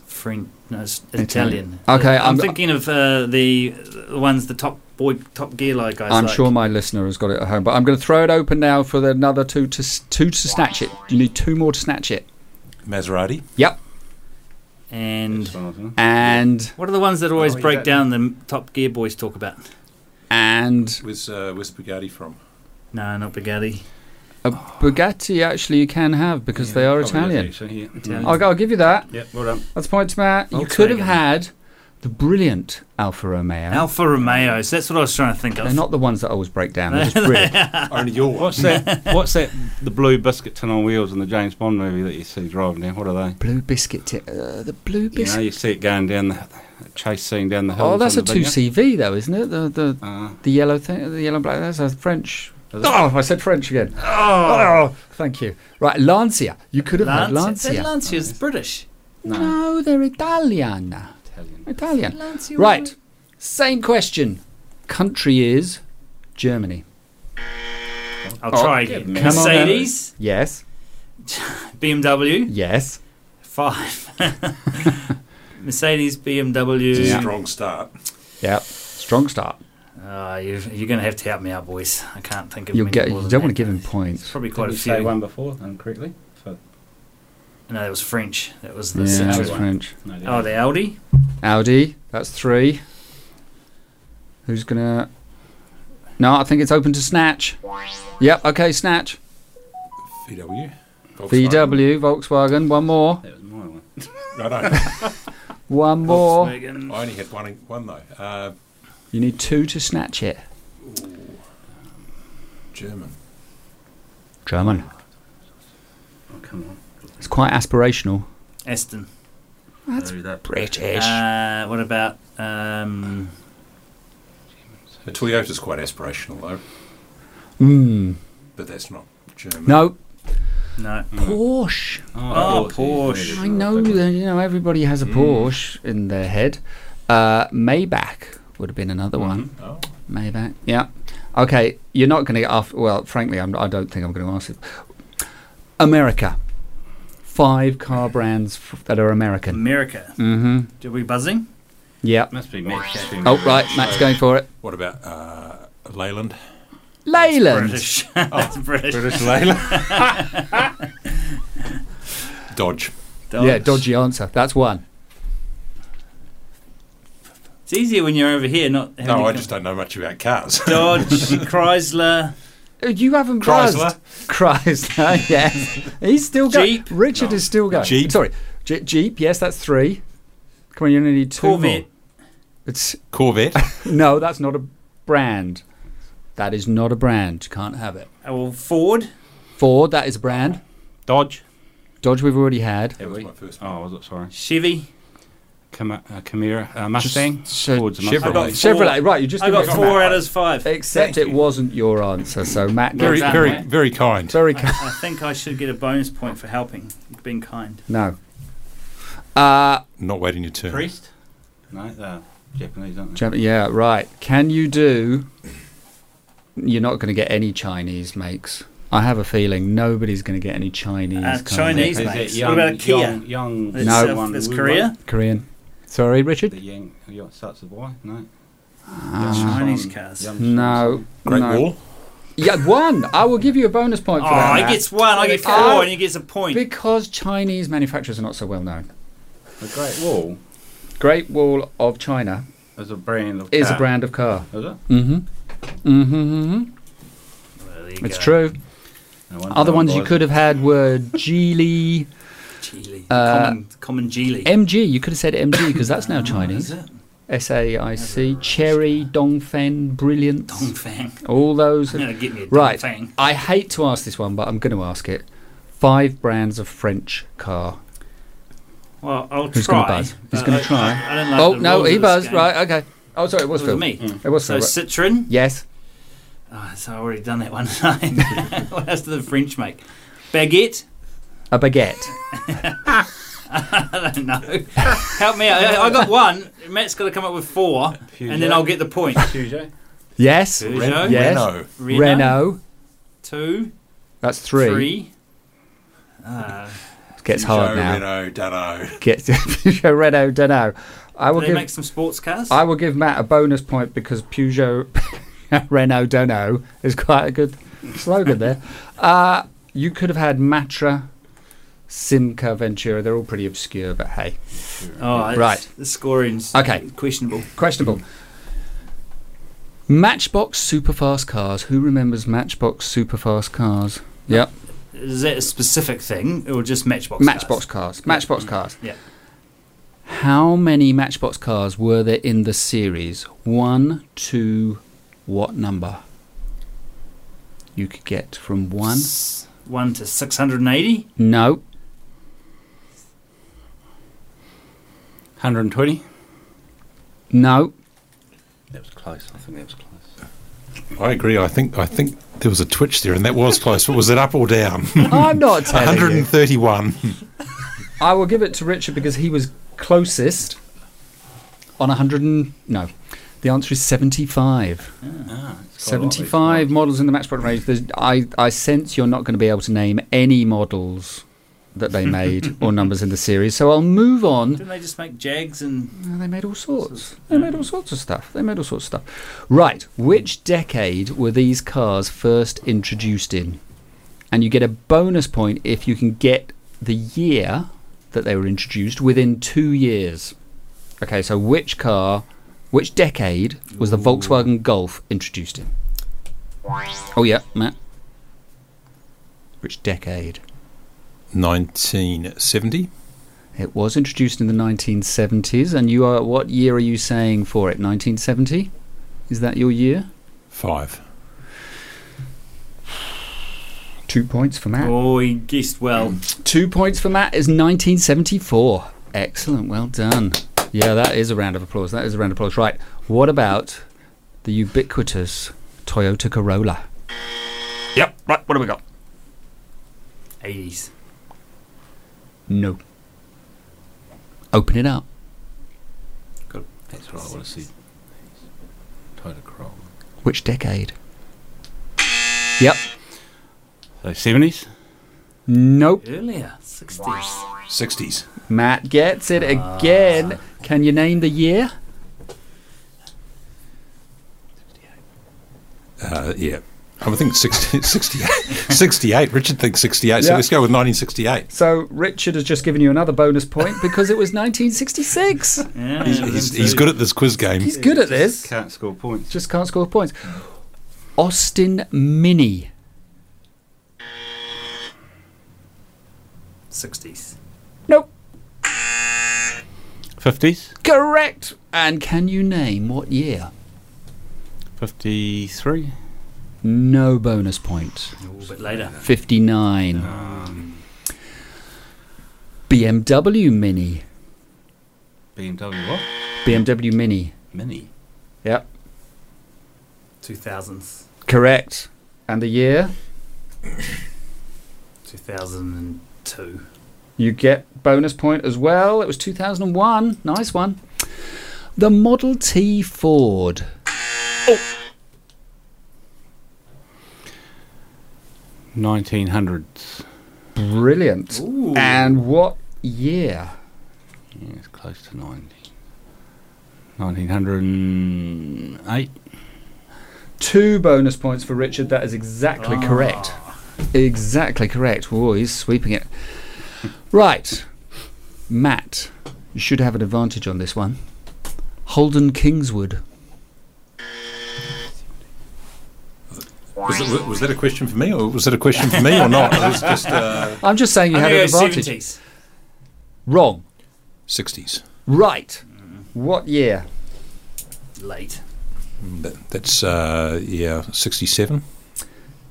Speaker 4: French. No, it's
Speaker 2: Italian.
Speaker 4: Italian.
Speaker 2: Okay,
Speaker 4: I'm,
Speaker 2: I'm-
Speaker 4: thinking of uh, the the ones the top boy, Top Gear like guys.
Speaker 2: I'm
Speaker 4: like.
Speaker 2: sure my listener has got it at home, but I'm going to throw it open now for the another two to s- two to snatch it. You need two more to snatch it.
Speaker 3: Maserati.
Speaker 2: Yep.
Speaker 4: And
Speaker 2: And
Speaker 4: what are the ones that always
Speaker 3: Oh, yeah,
Speaker 4: break
Speaker 3: that-
Speaker 4: down? The Top Gear boys talk about.
Speaker 2: and
Speaker 3: Where's, uh, where's Bugatti from?
Speaker 4: No, not Bugatti.
Speaker 2: a Bugatti actually you can have because they are Italian.
Speaker 4: Italian.
Speaker 5: Mm.
Speaker 2: I'll, I'll give you that.
Speaker 5: Yep, well done.
Speaker 2: That's a point to Matt. You
Speaker 4: Volkswagen.
Speaker 2: could have had the brilliant Alfa Romeo.
Speaker 4: Alfa Romeos. That's what I was trying to think
Speaker 2: They're
Speaker 4: of.
Speaker 2: not the ones that always break down. They're just brilliant.
Speaker 3: Only your one.
Speaker 5: What's that? What's that? The blue biscuit tin on wheels in the James Bond movie that you see driving down. What are they?
Speaker 2: blue biscuit. T- uh, the blue
Speaker 5: You know,
Speaker 2: biscuit.
Speaker 5: you see it going down the chase scene down the hill.
Speaker 2: Oh, that's a two CV though, isn't it? The the
Speaker 5: Uh,
Speaker 2: the yellow thing, the yellow and black. That's a French. Oh, I said French again. Oh, thank you. Right, Lancia. You could have had
Speaker 4: Lancia.
Speaker 2: Lancia.
Speaker 4: Then Lancia's British.
Speaker 5: No.
Speaker 2: No, they're Italian.
Speaker 5: Italian.
Speaker 2: Italian.
Speaker 4: Lancia
Speaker 2: Right. Same question. Country is Germany.
Speaker 4: I'll
Speaker 2: Oh,
Speaker 4: try
Speaker 5: good
Speaker 4: again.
Speaker 5: man.
Speaker 2: Come on, then.
Speaker 4: Mercedes,
Speaker 2: Yes.
Speaker 4: BMW,
Speaker 2: Yes.
Speaker 4: five. Mercedes, BMW.
Speaker 3: It's a strong start.
Speaker 2: Yeah. Strong start.
Speaker 4: Ah, you you're going to have to help me out, boys. I can't think of
Speaker 2: You'll
Speaker 4: many
Speaker 2: get.
Speaker 4: more
Speaker 2: You
Speaker 4: than
Speaker 2: don't want to
Speaker 4: that.
Speaker 2: give him points.
Speaker 4: Probably
Speaker 5: Did
Speaker 4: quite
Speaker 5: you
Speaker 4: a
Speaker 5: say
Speaker 4: few.
Speaker 5: one before incorrectly? For,
Speaker 4: No, that was French. That was the
Speaker 2: Yeah,
Speaker 4: central
Speaker 2: that's
Speaker 5: one.
Speaker 2: French.
Speaker 5: no,
Speaker 4: Oh, the Audi.
Speaker 2: Audi. That's three. Who's gonna? No, I think it's open to snatch. Yep. Okay, snatch.
Speaker 3: VW. Volkswagen.
Speaker 2: VW, Volkswagen. One more.
Speaker 5: That was my one.
Speaker 3: Righto.
Speaker 2: One more.
Speaker 4: Volkswagen.
Speaker 3: I only had one, one though. Uh,
Speaker 2: You need two to snatch it.
Speaker 3: German.
Speaker 2: German.
Speaker 5: Oh, come on.
Speaker 2: It's quite aspirational.
Speaker 4: Aston.
Speaker 2: That's
Speaker 5: Do that.
Speaker 2: British.
Speaker 4: Uh, what about um,
Speaker 3: The Toyota's quite aspirational though,
Speaker 2: Mm.
Speaker 3: but that's not German.
Speaker 2: No.
Speaker 4: no?
Speaker 2: Porsche.
Speaker 4: Oh,
Speaker 5: I thought you
Speaker 4: Porsche.
Speaker 5: needed
Speaker 2: I
Speaker 5: a
Speaker 2: know
Speaker 5: big one.
Speaker 2: that you know everybody has a
Speaker 4: Hmm.
Speaker 2: Porsche in their head. Uh, Maybach would have been another one.
Speaker 3: Oh.
Speaker 4: Mm-hmm.
Speaker 2: Maybach. Yeah. Okay. You're not going to get off. Well, frankly, I'm, I don't think I'm going to ask it. America. Five car brands f- that are American.
Speaker 4: America.
Speaker 2: Mm-hmm.
Speaker 4: Are we buzzing?
Speaker 2: Yeah.
Speaker 5: Must be Max.
Speaker 2: Oh, right. Matt's going for it.
Speaker 3: What about uh, Leyland?
Speaker 2: Leyland.
Speaker 4: British. That's British.
Speaker 5: British Leyland.
Speaker 3: Dodge.
Speaker 4: Dodge.
Speaker 2: Yeah, dodgy answer. That's one.
Speaker 4: It's easier when you're over here, not. having
Speaker 3: No,
Speaker 4: to
Speaker 3: I
Speaker 4: come-
Speaker 3: just don't know much about cars.
Speaker 4: Dodge, Chrysler.
Speaker 2: Uh, You haven't
Speaker 3: Chrysler.
Speaker 2: buzzed. Chrysler, yes. He's still going.
Speaker 4: Jeep.
Speaker 2: Richard
Speaker 3: No.
Speaker 2: is still going.
Speaker 3: Jeep.
Speaker 2: Sorry. Je- Jeep, yes, that's three. Come on, you only need two
Speaker 4: Corvette.
Speaker 2: more. It's,
Speaker 3: Corvette.
Speaker 2: no, that's not a brand. That is not a brand. You can't have it.
Speaker 4: Uh, Well, Ford.
Speaker 2: Ford, that is a brand.
Speaker 5: Dodge.
Speaker 2: Dodge, we've already had.
Speaker 3: that was my first one.
Speaker 5: Oh, was it? Sorry.
Speaker 4: Chevy.
Speaker 5: Cam- uh, Camira. Uh, Mustang.
Speaker 2: so-
Speaker 5: Ford's a
Speaker 3: Chevrolet.
Speaker 5: Mustang.
Speaker 3: I got
Speaker 2: Chevrolet, right, you just
Speaker 4: I got
Speaker 2: didn't-
Speaker 4: four out of five.
Speaker 2: Except
Speaker 3: Thank
Speaker 2: it
Speaker 3: you.
Speaker 2: wasn't your answer, so Matt gets
Speaker 3: Very,
Speaker 4: done,
Speaker 3: very,
Speaker 4: mate.
Speaker 3: very kind.
Speaker 2: very
Speaker 4: I, I think I should get a bonus point for helping, being kind.
Speaker 2: No. Uh,
Speaker 3: Not waiting your turn.
Speaker 5: Priest. No, they're Japanese, aren't they?
Speaker 2: Jap- yeah, right. Can you do? You're not going to get any Chinese makes. I have a feeling nobody's going to get any Chinese.
Speaker 4: Uh,
Speaker 2: kind of-
Speaker 4: Chinese
Speaker 5: Is it
Speaker 4: mates.
Speaker 5: young-
Speaker 4: What about a Kia?
Speaker 5: Young, young
Speaker 4: It's,
Speaker 2: No.
Speaker 4: uh,
Speaker 5: one
Speaker 4: it's
Speaker 5: Wu-
Speaker 4: Korea.
Speaker 2: Korean. Sorry, Richard.
Speaker 5: The Yang. It starts with Y. No.
Speaker 4: Chinese cars.
Speaker 2: Ah. No.
Speaker 3: Great
Speaker 2: no.
Speaker 3: Wall.
Speaker 2: Yeah, one. I will give you a bonus point
Speaker 4: Oh,
Speaker 2: for that.
Speaker 4: I
Speaker 2: Matt.
Speaker 4: gets one, I get four,
Speaker 2: Oh.
Speaker 4: and he gets a point.
Speaker 2: because Chinese manufacturers are not so well known.
Speaker 5: The Great Wall
Speaker 2: Great Wall of China
Speaker 5: is a brand of.
Speaker 2: is a
Speaker 4: Uh.
Speaker 5: car.
Speaker 2: brand of car.
Speaker 5: Is it?
Speaker 2: Mm-hmm. Mm-hmm. mm-hmm.
Speaker 4: Well, there you
Speaker 2: It's
Speaker 4: go.
Speaker 2: true.
Speaker 5: No wonder
Speaker 2: Other
Speaker 5: no
Speaker 2: ones
Speaker 5: one
Speaker 2: you
Speaker 5: buys
Speaker 2: could have had were Geely,
Speaker 4: Geely.
Speaker 2: Uh,
Speaker 4: common, common Geely.
Speaker 2: MG. You could have said MG because that's now Chinese.
Speaker 4: Oh, Is it?
Speaker 2: SAIC, Cherry, Dongfen, Brilliant,
Speaker 4: Dongfang.
Speaker 2: all those.
Speaker 4: No, get me a
Speaker 2: Right.
Speaker 4: Dongfang.
Speaker 2: I hate to ask this one, but I'm going to ask it. Five brands of French car.
Speaker 4: Well, I'll
Speaker 2: Who's
Speaker 4: try.
Speaker 2: gonna buzz? Who's
Speaker 4: but
Speaker 5: Uh,
Speaker 2: gonna
Speaker 4: I-
Speaker 2: try?
Speaker 4: I, I don't like
Speaker 2: oh,
Speaker 4: the
Speaker 2: no,
Speaker 4: rules
Speaker 2: he
Speaker 4: of this
Speaker 2: buzzed.
Speaker 4: game.
Speaker 2: Right, okay. Oh, sorry, it was
Speaker 4: It was
Speaker 2: Phil.
Speaker 4: me.
Speaker 2: It was Phil.
Speaker 4: So
Speaker 2: right.
Speaker 4: Citroen.
Speaker 2: Yes.
Speaker 4: Oh, so I've already done that one. what else do the French make? Baguette?
Speaker 2: A baguette.
Speaker 4: I don't know. Help me out. I, I got one. Matt's got to come up with four, and then I'll get the point.
Speaker 5: Peugeot.
Speaker 2: Yes.
Speaker 4: Peugeot.
Speaker 3: Ren-
Speaker 2: Yes.
Speaker 3: Renault.
Speaker 4: Renault.
Speaker 2: Renault.
Speaker 4: Two.
Speaker 2: That's three.
Speaker 4: Three. Uh,
Speaker 2: Gets hard
Speaker 3: Peugeot,
Speaker 2: now.
Speaker 3: Renault, Dano.
Speaker 2: Gets Peugeot Renault. Don't know. I will
Speaker 4: they
Speaker 2: give.
Speaker 4: make some sports cars.
Speaker 2: I will give Matt a bonus point because Peugeot Renault Dono is quite a good slogan there. Uh, you could have had Matra, Simca, Ventura. They're all pretty obscure, but hey,
Speaker 4: oh, it's-
Speaker 2: Right.
Speaker 4: The scoring's
Speaker 2: Okay.
Speaker 4: questionable.
Speaker 2: questionable. Matchbox superfast cars. Who remembers Matchbox superfast cars? Yep.
Speaker 4: Is that a specific thing, or just Matchbox?
Speaker 2: Matchbox cars. Mm. Matchbox cars.
Speaker 4: Yeah.
Speaker 2: How many Matchbox cars were there in the series? One, two, what number? You could get from one.
Speaker 4: One. One to six hundred and eighty.
Speaker 2: No.
Speaker 5: 120.
Speaker 2: No.
Speaker 5: That was close. I think that was close.
Speaker 3: I agree. I think I think there was a twitch there, and that was close. But was it up or down?
Speaker 2: I'm not telling you.
Speaker 3: 131.
Speaker 2: I will give it to Richard because he was closest on 100 and, no. The answer is 75.
Speaker 4: Ah,
Speaker 5: It's quite a lot,
Speaker 2: 75 models in the Matchpoint range. There's, I, I sense you're not going to be able to name any models that they made or numbers in the series. So I'll move on.
Speaker 4: Didn't they just make Jags and
Speaker 2: Uh, They made all sorts. They made all sorts of stuff. They made all sorts of stuff. Right. Which decade were these cars first introduced in? And you get a bonus point if you can get the year that they were introduced within two years. Okay, so which car, which decade was the Volkswagen Golf introduced in? Oh, yeah, Matt. Which decade?
Speaker 3: 1970.
Speaker 2: It was introduced in the 1970s, and you are. What year are you saying for it? 1970? Is that your year?
Speaker 3: Five.
Speaker 2: Two points for Matt.
Speaker 4: oh, he guessed well.
Speaker 2: Two points for Matt is 1974. Excellent, well done. Yeah, that is a round of applause. That is a round of applause. Right, what about the ubiquitous Toyota Corolla? Yep, right, what have we got?
Speaker 4: Eighties.
Speaker 2: No. Open it up.
Speaker 5: That's what I want to see. Total Corolla.
Speaker 2: Which decade? Yep.
Speaker 5: So seventies.
Speaker 2: Nope.
Speaker 4: Earlier. Sixties.
Speaker 3: 60s.
Speaker 2: Matt gets it again. Can you name the year?
Speaker 3: Uh, yeah. I would think 60, 68. 68. Richard thinks 68. So
Speaker 2: Yeah.
Speaker 3: let's go with 1968.
Speaker 2: So Richard has just given you another bonus point because it was 1966.
Speaker 4: Yeah,
Speaker 3: He's,
Speaker 4: them
Speaker 3: he's,
Speaker 4: two.
Speaker 3: he's good at this quiz game.
Speaker 2: He's good at this.
Speaker 5: Can't score points.
Speaker 2: Just can't score points. Austin Mini.
Speaker 4: Sixties.
Speaker 2: Nope.
Speaker 5: Fifties.
Speaker 2: Correct. And can you name what year?
Speaker 5: Fifty-three.
Speaker 2: No bonus point.
Speaker 4: A little bit later.
Speaker 2: 59. BMW Mini.
Speaker 5: BMW what?
Speaker 2: BMW Mini.
Speaker 5: Mini.
Speaker 2: Yep.
Speaker 4: Two thousands.
Speaker 2: Correct. And the year?
Speaker 4: Two thousand and two.
Speaker 2: You get bonus point as well. It was 2001. Nice one. The Model T Ford.
Speaker 5: Nineteen hundreds.
Speaker 2: Brilliant.
Speaker 4: Ooh.
Speaker 2: And what year?
Speaker 5: Yeah, it's close to ninety. Nineteen hundred and eight.
Speaker 2: Two bonus points for Richard. That is exactly correct. Exactly correct. Whoa, he's sweeping it. Right. Matt, you should have an advantage on this one. Holden Kingswood.
Speaker 3: Was, it, was that a question for me, or was that a question for me, or not? It was just uh,
Speaker 2: I'm just saying you
Speaker 4: I'm
Speaker 2: have an
Speaker 4: gonna go
Speaker 2: advantage.
Speaker 4: 70s.
Speaker 2: Wrong.
Speaker 3: 60s.
Speaker 2: Right. What year?
Speaker 4: Late.
Speaker 3: That, that's uh, yeah, 67.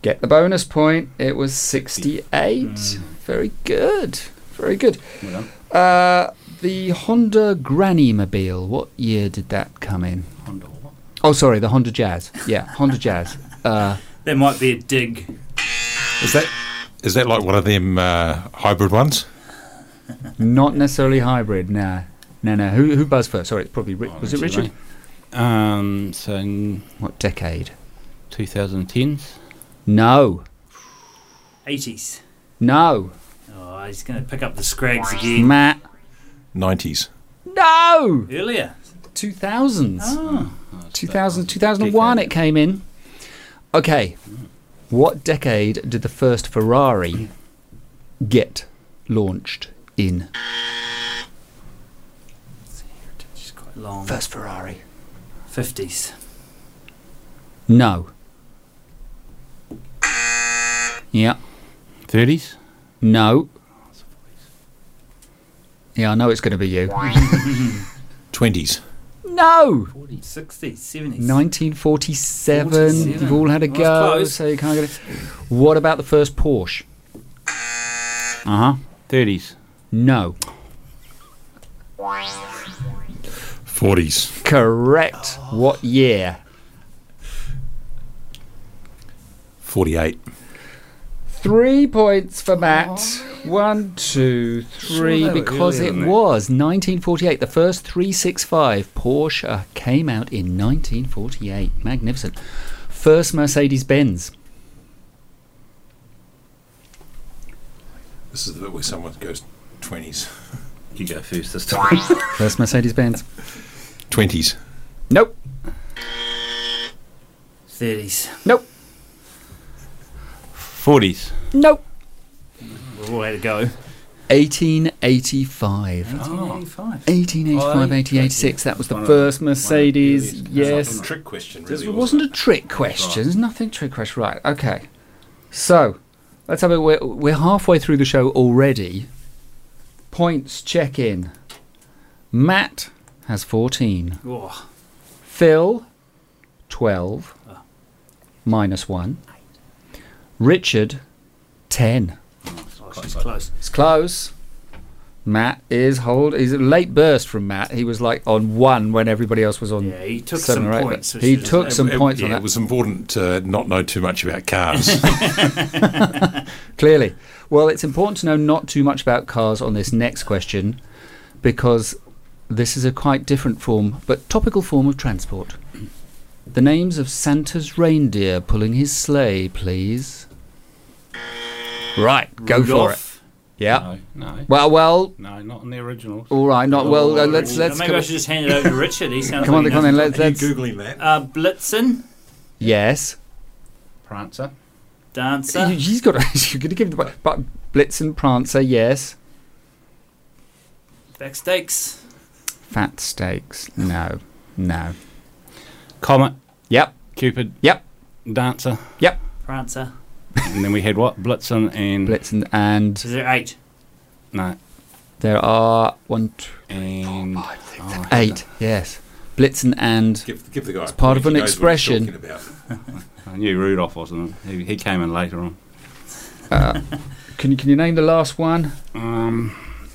Speaker 2: Get the bonus point. It was 68. Very good. Very good.
Speaker 5: Well
Speaker 2: Uh, the Honda Granny Mobile. What year did that come in?
Speaker 5: Honda what?
Speaker 2: Oh, sorry, the Honda Jazz. Yeah, Honda Jazz. Uh,
Speaker 4: There might be a dig.
Speaker 3: Is that is that like one of them uh, hybrid ones?
Speaker 2: not necessarily hybrid. Nah, no, no. Who who buzzed first? Sorry, Oh, it's probably Ri- was it
Speaker 5: Richard,
Speaker 2: Richard?
Speaker 5: Um. So
Speaker 2: What decade?
Speaker 5: two thousand tens.
Speaker 2: No,
Speaker 4: Eighties.
Speaker 2: no.
Speaker 4: Oh, he's going to pick up the scrags again.
Speaker 2: Matt,
Speaker 3: 90s.
Speaker 2: no.
Speaker 4: Earlier.
Speaker 2: Two thousands.
Speaker 4: Oh.
Speaker 2: 2000, 2001 it came in. Okay. What decade did the first Ferrari get launched in?
Speaker 4: She's quite long.
Speaker 2: First Ferrari.
Speaker 4: Fifties.
Speaker 2: No. Yeah.
Speaker 5: Thirties.
Speaker 2: No. Yeah, I know it's going to be you.
Speaker 3: 20s.
Speaker 2: No.
Speaker 4: Forties. Sixties. Seventies.
Speaker 2: 1947. You've all had a
Speaker 4: That was
Speaker 2: go,
Speaker 4: close.
Speaker 2: so you can't get it. What about the first Porsche? Uh huh.
Speaker 5: Thirties.
Speaker 2: No.
Speaker 6: Forties.
Speaker 2: Correct. What year?
Speaker 6: Forty-eight.
Speaker 2: Three points for Matt. One, two, three.
Speaker 5: they were
Speaker 2: because
Speaker 5: earlier
Speaker 2: it
Speaker 5: than that.
Speaker 2: was 1948. The first 365 Porsche came out in 1948. Magnificent. First Mercedes Benz.
Speaker 3: This is the bit where someone goes twenties.
Speaker 6: You go first this time.
Speaker 2: First Mercedes Benz.
Speaker 3: Twenties.
Speaker 2: Nope.
Speaker 4: 30s.
Speaker 2: Nope.
Speaker 5: Forties.
Speaker 2: Nope.
Speaker 4: We're all way to go.
Speaker 2: 1885.
Speaker 4: 1985.
Speaker 2: 1885, 1886. That was the first Mercedes. Yes.
Speaker 3: Trick question,
Speaker 2: This
Speaker 3: really.
Speaker 2: wasn't a trick question. There's nothing trick question. Right. Okay. So, let's have a. We're, we're halfway through the show already. Points check in. Matt has 14.
Speaker 4: Oh,
Speaker 2: Phil, 12. Minus 1. Richard, 10.
Speaker 4: oh, she's close.
Speaker 2: It's close. Matt is hold. He's a late burst from Matt. He was like on one when everybody else was on.
Speaker 4: Yeah, he took
Speaker 2: Um, seven
Speaker 4: some
Speaker 2: or eight, but
Speaker 4: points, which
Speaker 2: He
Speaker 4: is-
Speaker 2: took some points
Speaker 3: yeah,
Speaker 2: on that.
Speaker 3: It was important to not know too much about cars.
Speaker 2: Clearly. Well, it's important to know not too much about cars on this next question because this is a quite different form, but topical form of transport. The names of Santa's reindeer pulling his sleigh, please. Right, go for it.
Speaker 4: Rudolph.
Speaker 2: Yeah.
Speaker 5: No, no,
Speaker 2: Well, well,
Speaker 5: no, not in the original.
Speaker 2: all right, not well. Uh, let's let's
Speaker 4: Oh, Maybe
Speaker 2: go.
Speaker 4: I should just hand it over to Richard. He sounds
Speaker 2: Come on,
Speaker 4: like he
Speaker 2: come on,
Speaker 4: knows.
Speaker 2: let's let's.
Speaker 3: googling that?
Speaker 4: Uh, Blitzen,
Speaker 2: Yes.
Speaker 5: Prancer.
Speaker 4: Dancer,
Speaker 2: You- He's got. You're going to give the but Blitz and Prancer. Yes.
Speaker 4: Backstakes,
Speaker 2: Fat steaks. No. No.
Speaker 5: Comet.
Speaker 2: Yep.
Speaker 5: Cupid.
Speaker 2: Yep.
Speaker 5: Dancer.
Speaker 4: Prancer.
Speaker 5: And then we had what? Blitzen and
Speaker 2: Blitzen and
Speaker 4: Is there eight?
Speaker 5: no.
Speaker 2: There are one, two,
Speaker 5: And oh, I
Speaker 2: eight. Yes, Blitzen and
Speaker 3: Give, give the guy. It's
Speaker 2: part of an expression.
Speaker 5: had- I knew Rudolph wasn't. it? He, he came in later on.
Speaker 2: uh, can you can you name the last one?
Speaker 5: Um, oh,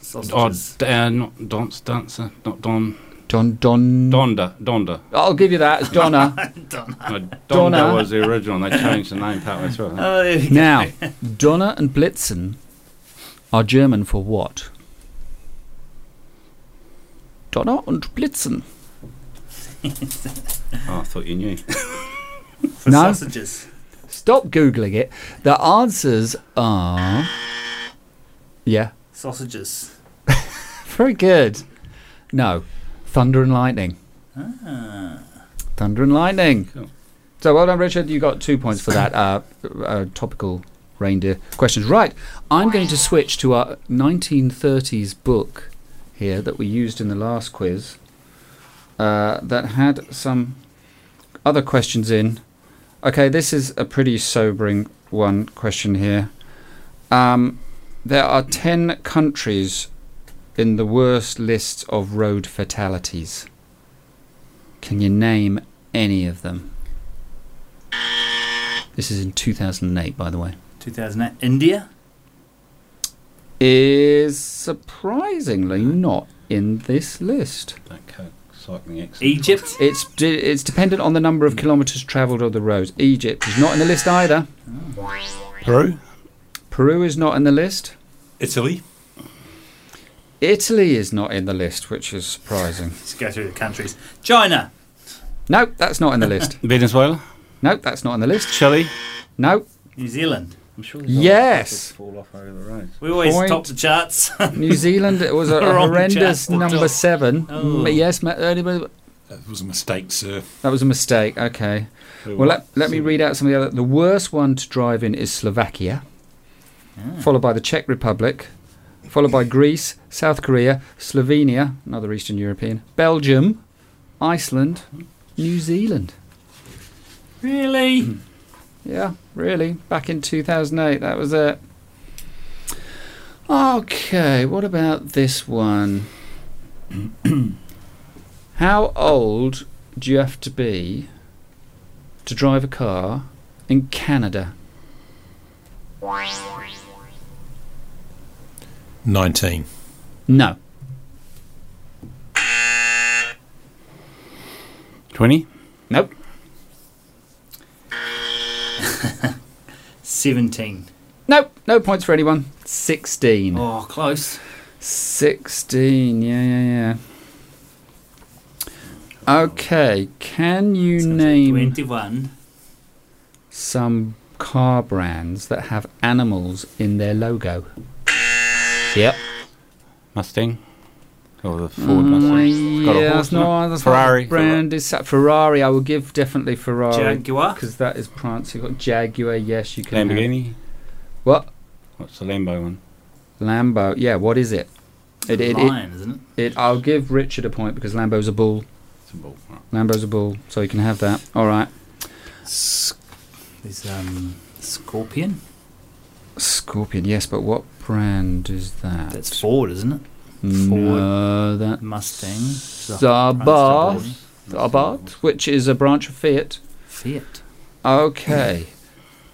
Speaker 4: Sausages.
Speaker 5: d- uh, not Don's Dancer, not Don.
Speaker 2: Don Don.
Speaker 5: Donda, Donda.
Speaker 2: I'll give you that. It's Donna.
Speaker 5: No,
Speaker 2: Donna.
Speaker 5: Donda was the original. They changed the name partway through. huh?
Speaker 4: Oh, there we go.
Speaker 2: now, Donna and Blitzen are German for what? Donna und Blitzen.
Speaker 5: Oh, I thought you knew.
Speaker 4: For
Speaker 2: No.
Speaker 4: sausages.
Speaker 2: Stop googling it. The answers are. Yeah,
Speaker 4: Sausages.
Speaker 2: very good. No, thunder and lightning.
Speaker 4: Ah.
Speaker 2: Thunder and Lightning.
Speaker 5: Cool.
Speaker 2: So well done, Richard. You got two points for that uh, uh, topical reindeer questions. Right, I'm going to switch to our 1930s book here that we used in the last quiz uh, that had some other questions in. Okay, this is a pretty sobering one question here. Um, there are 10 countries in the worst list of road fatalities. Can you name any of them? This is in 2008, by the way.
Speaker 4: 2008. India.
Speaker 2: Is surprisingly not in this list.
Speaker 5: Don't co- cycling accident.
Speaker 4: Egypt.
Speaker 2: It's de- it's dependent on the number of kilometres travelled on the roads. Egypt is not in the list either.
Speaker 3: Peru,
Speaker 2: Peru is not in the list.
Speaker 3: Italy,
Speaker 2: Italy is not in the list, which is surprising.
Speaker 4: Let's go through the countries. China.
Speaker 2: Nope, that's not in the list.
Speaker 5: Venezuela,
Speaker 2: Nope, that's not in the list.
Speaker 5: Chile.
Speaker 2: Nope.
Speaker 4: New Zealand.
Speaker 5: I'm sure
Speaker 2: there's Yes.
Speaker 5: Fall off over the roads.
Speaker 4: We always
Speaker 2: Point.
Speaker 4: top the charts.
Speaker 2: New Zealand it was a
Speaker 4: Wrong
Speaker 2: horrendous
Speaker 4: chap.
Speaker 2: number seven. Mm,
Speaker 4: Oh.
Speaker 2: But yes, ma- uh, anybody-
Speaker 3: that was a mistake, sir.
Speaker 2: that was a mistake. Okay. Well, let, let me read out some of the other. The worst one to drive in is Slovakia,
Speaker 4: Ah.
Speaker 2: followed by the Czech Republic, followed by Greece, South Korea, Slovenia, another Eastern European, Belgium, Iceland, New Zealand.
Speaker 4: really?
Speaker 2: Yeah, really. Back in 2008, that was it. Okay, what about this one? How old do you have to be to drive a car in Canada?
Speaker 3: Nineteen.
Speaker 2: No.
Speaker 5: Twenty.
Speaker 2: Nope.
Speaker 4: 17.
Speaker 2: Nope. No points for anyone. 16.
Speaker 4: Oh, close.
Speaker 2: 16. Yeah, yeah, yeah. Okay. Can you
Speaker 4: So it's
Speaker 2: name
Speaker 4: 21.
Speaker 2: some car brands that have animals in their logo? Yep.
Speaker 5: Mustang. Or the Ford Mustang. It's got a
Speaker 2: Mm, yeah,
Speaker 5: horse. in it.
Speaker 2: no, that's not
Speaker 5: Ferrari.
Speaker 2: the brand is Ferrari. I will give definitely Ferrari
Speaker 4: Jaguar.
Speaker 2: because that is France. You've got Jaguar. Yes, you can. have-
Speaker 5: Lamborghini.
Speaker 2: What?
Speaker 5: What's the Lambo one?
Speaker 2: Lambo. Yeah. What is it? It. It. It,
Speaker 4: Lion, isn't it?
Speaker 2: it I'll give Richard a point because Lambo's a bull.
Speaker 5: It's a ball. Right.
Speaker 2: Lambo's a bull, so you can have that. All right.
Speaker 4: There's um, Scorpion.
Speaker 2: Scorpion. Yes, but what brand is that?
Speaker 4: That's Ford, isn't it?
Speaker 2: No, that
Speaker 4: Mustang.
Speaker 2: Sabat. Sabat, which is a branch of Fiat.
Speaker 4: Fiat.
Speaker 2: Okay.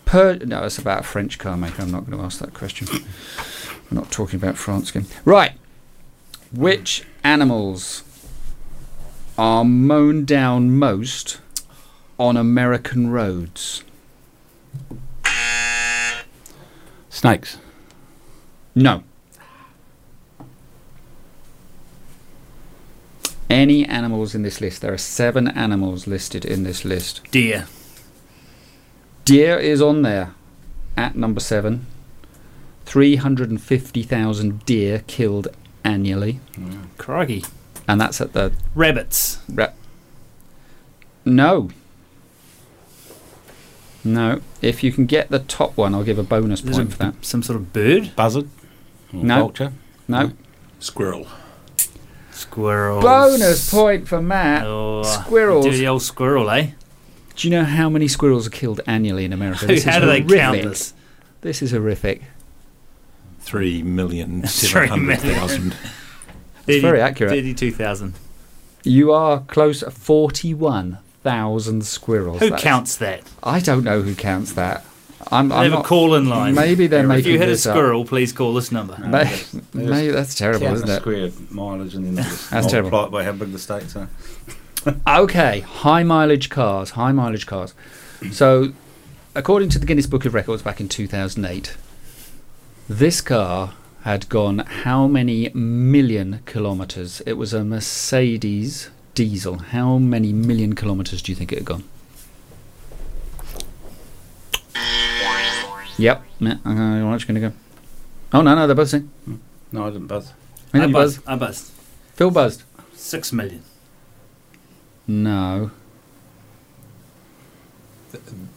Speaker 2: Per- no, it's about a French car maker. I'm not going to ask that question. We're not talking about France again. Right. Which animals are mown down most on American roads?
Speaker 5: Snakes.
Speaker 2: No. Any animals in this list? There are seven animals listed in this list.
Speaker 4: Deer.
Speaker 2: Deer is on there at number seven. 350,000 deer killed annually.
Speaker 4: Crikey.
Speaker 2: And that's at the.
Speaker 4: Rabbits.
Speaker 2: Re- no. No. If you can get the top one, I'll give a bonus
Speaker 4: There's
Speaker 2: point for
Speaker 4: a,
Speaker 2: that.
Speaker 4: some sort of bird.
Speaker 5: Buzzard. Or
Speaker 2: No.
Speaker 5: Vulture.
Speaker 2: No.
Speaker 6: Squirrel.
Speaker 4: Squirrel.
Speaker 2: Bonus point for Matt.
Speaker 4: Oh,
Speaker 2: Squirrels.
Speaker 4: Dirty old squirrel, eh?
Speaker 2: Do you know how many squirrels are killed annually in America? This
Speaker 4: How
Speaker 2: is
Speaker 4: do they count
Speaker 2: horrific.
Speaker 4: this?
Speaker 2: This is horrific.
Speaker 6: Three million
Speaker 4: Three
Speaker 6: seven
Speaker 4: million.
Speaker 6: hundred thousand.
Speaker 2: It's very accurate.
Speaker 4: 32,000.
Speaker 2: You are close at 41,000 squirrels.
Speaker 4: Who
Speaker 2: That is-
Speaker 4: counts that?
Speaker 2: I don't know who counts that. I'm,
Speaker 4: They
Speaker 2: I'm
Speaker 4: have a
Speaker 2: not.
Speaker 4: call in line.
Speaker 2: Maybe they're
Speaker 4: If you
Speaker 2: making
Speaker 4: hit a
Speaker 2: this up.
Speaker 4: squirrel, please call this number.
Speaker 2: May-
Speaker 5: Yes. Yes.
Speaker 2: may- that's terrible,
Speaker 5: Count
Speaker 2: isn't
Speaker 5: the
Speaker 2: it?
Speaker 5: Square mileage and then just
Speaker 2: That's terrible.
Speaker 5: multiply it by how big the states are.
Speaker 2: Okay, high mileage cars, high mileage cars. So, according to the Guinness Book of Records back in 2008, this car had gone how many million kilometres? It was a Mercedes diesel. How many million kilometres do you think it had gone? Yep. Yeah, uh, I'm going to go. Oh, no, no, they're buzzing.
Speaker 5: No, I didn't buzz.
Speaker 4: I
Speaker 2: Anybody buzz?
Speaker 4: buzzed. I buzzed.
Speaker 2: Phil buzzed.
Speaker 4: Six million.
Speaker 2: No.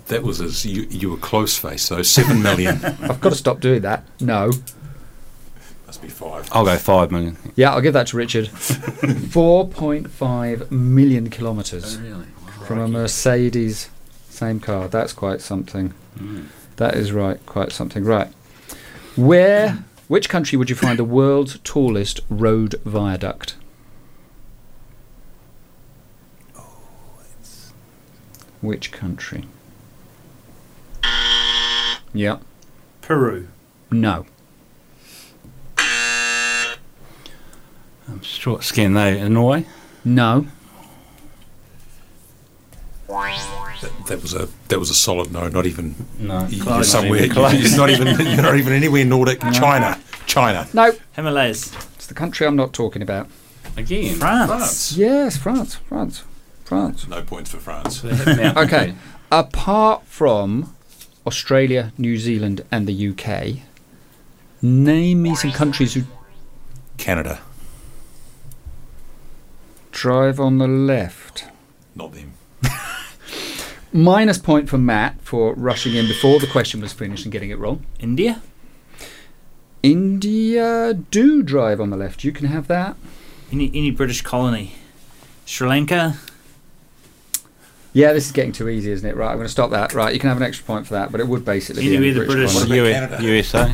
Speaker 6: That was as you, you were close face, so seven million.
Speaker 2: I've got to stop doing that. No.
Speaker 6: Must be five.
Speaker 5: I'll go five million.
Speaker 2: Yeah, I'll give that to Richard. 4.5 million kilometres
Speaker 5: really?
Speaker 2: from a Mercedes, same car. That's quite something. That is right, quite something. Right. Where, which country would you find the world's tallest road viaduct? Which country? Yeah.
Speaker 4: Peru.
Speaker 2: No.
Speaker 5: I'm short skinned though. In Norway?
Speaker 2: No.
Speaker 6: That, that was a that was a solid no. Not even
Speaker 5: No.
Speaker 6: you- you're
Speaker 4: Close.
Speaker 6: somewhere.
Speaker 5: Not even close.
Speaker 6: You're not even you're not even anywhere Nordic. China, China.
Speaker 2: No.
Speaker 4: Himalayas.
Speaker 2: It's the country I'm not talking about.
Speaker 5: Again.
Speaker 4: France.
Speaker 6: France.
Speaker 2: Yes, France, France, France.
Speaker 6: No points for France.
Speaker 2: Okay. Apart from Australia, New Zealand, and the UK, name me some countries who
Speaker 6: Canada,
Speaker 2: drive on the left.
Speaker 6: not them.
Speaker 2: Minus point for Matt for rushing in before the question was finished and getting it wrong.
Speaker 4: India.
Speaker 2: India do drive on the left. You can have that.
Speaker 4: Any, any British colony. Sri Lanka.
Speaker 2: Yeah, this is getting too easy, isn't it? Right, I'm going to stop that. Right, you can have an extra point for that, but it would basically be
Speaker 4: Anyway,
Speaker 2: a
Speaker 4: the British-
Speaker 2: colony.
Speaker 6: about
Speaker 5: U-
Speaker 6: Canada?
Speaker 5: USA?
Speaker 2: No,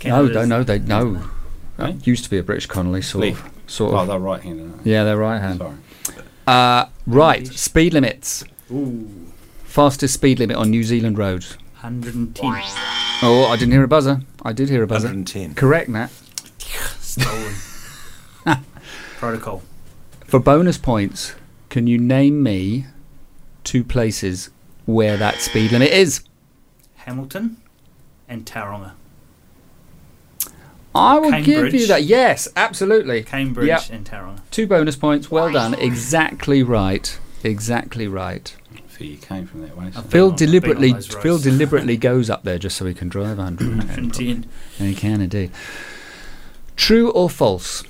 Speaker 4: Canada's-
Speaker 2: no, no, they no.
Speaker 5: Eh?
Speaker 2: That used to be a British colony, sort of. Sort
Speaker 5: Oh,
Speaker 2: of.
Speaker 5: they're right handed.
Speaker 2: Yeah, they're right hand.
Speaker 5: Sorry.
Speaker 2: Uh, right, speed limits.
Speaker 4: Ooh.
Speaker 2: Fastest speed limit on New Zealand roads.
Speaker 4: 110.
Speaker 2: Oh, I didn't hear a buzzer. I did hear a buzzer.
Speaker 6: 110.
Speaker 2: Correct, Matt.
Speaker 4: Stolen. Protocol.
Speaker 2: For bonus points, Can you name me two places where that speed limit is?
Speaker 4: Hamilton and Taronga.
Speaker 2: I will give you
Speaker 4: Cambridge.
Speaker 2: that. Yes, absolutely.
Speaker 4: Cambridge
Speaker 2: Yep.
Speaker 4: and Taronga.
Speaker 2: Two bonus points. Well done. Exactly right. Exactly right.
Speaker 5: So you came from that way. so-
Speaker 4: I've been
Speaker 2: Phil
Speaker 4: on- I've been on
Speaker 2: deliberately
Speaker 4: those roads.
Speaker 2: Phil deliberately goes up there just so he can drive 100.
Speaker 4: Indeed.
Speaker 2: and he can indeed. True or false?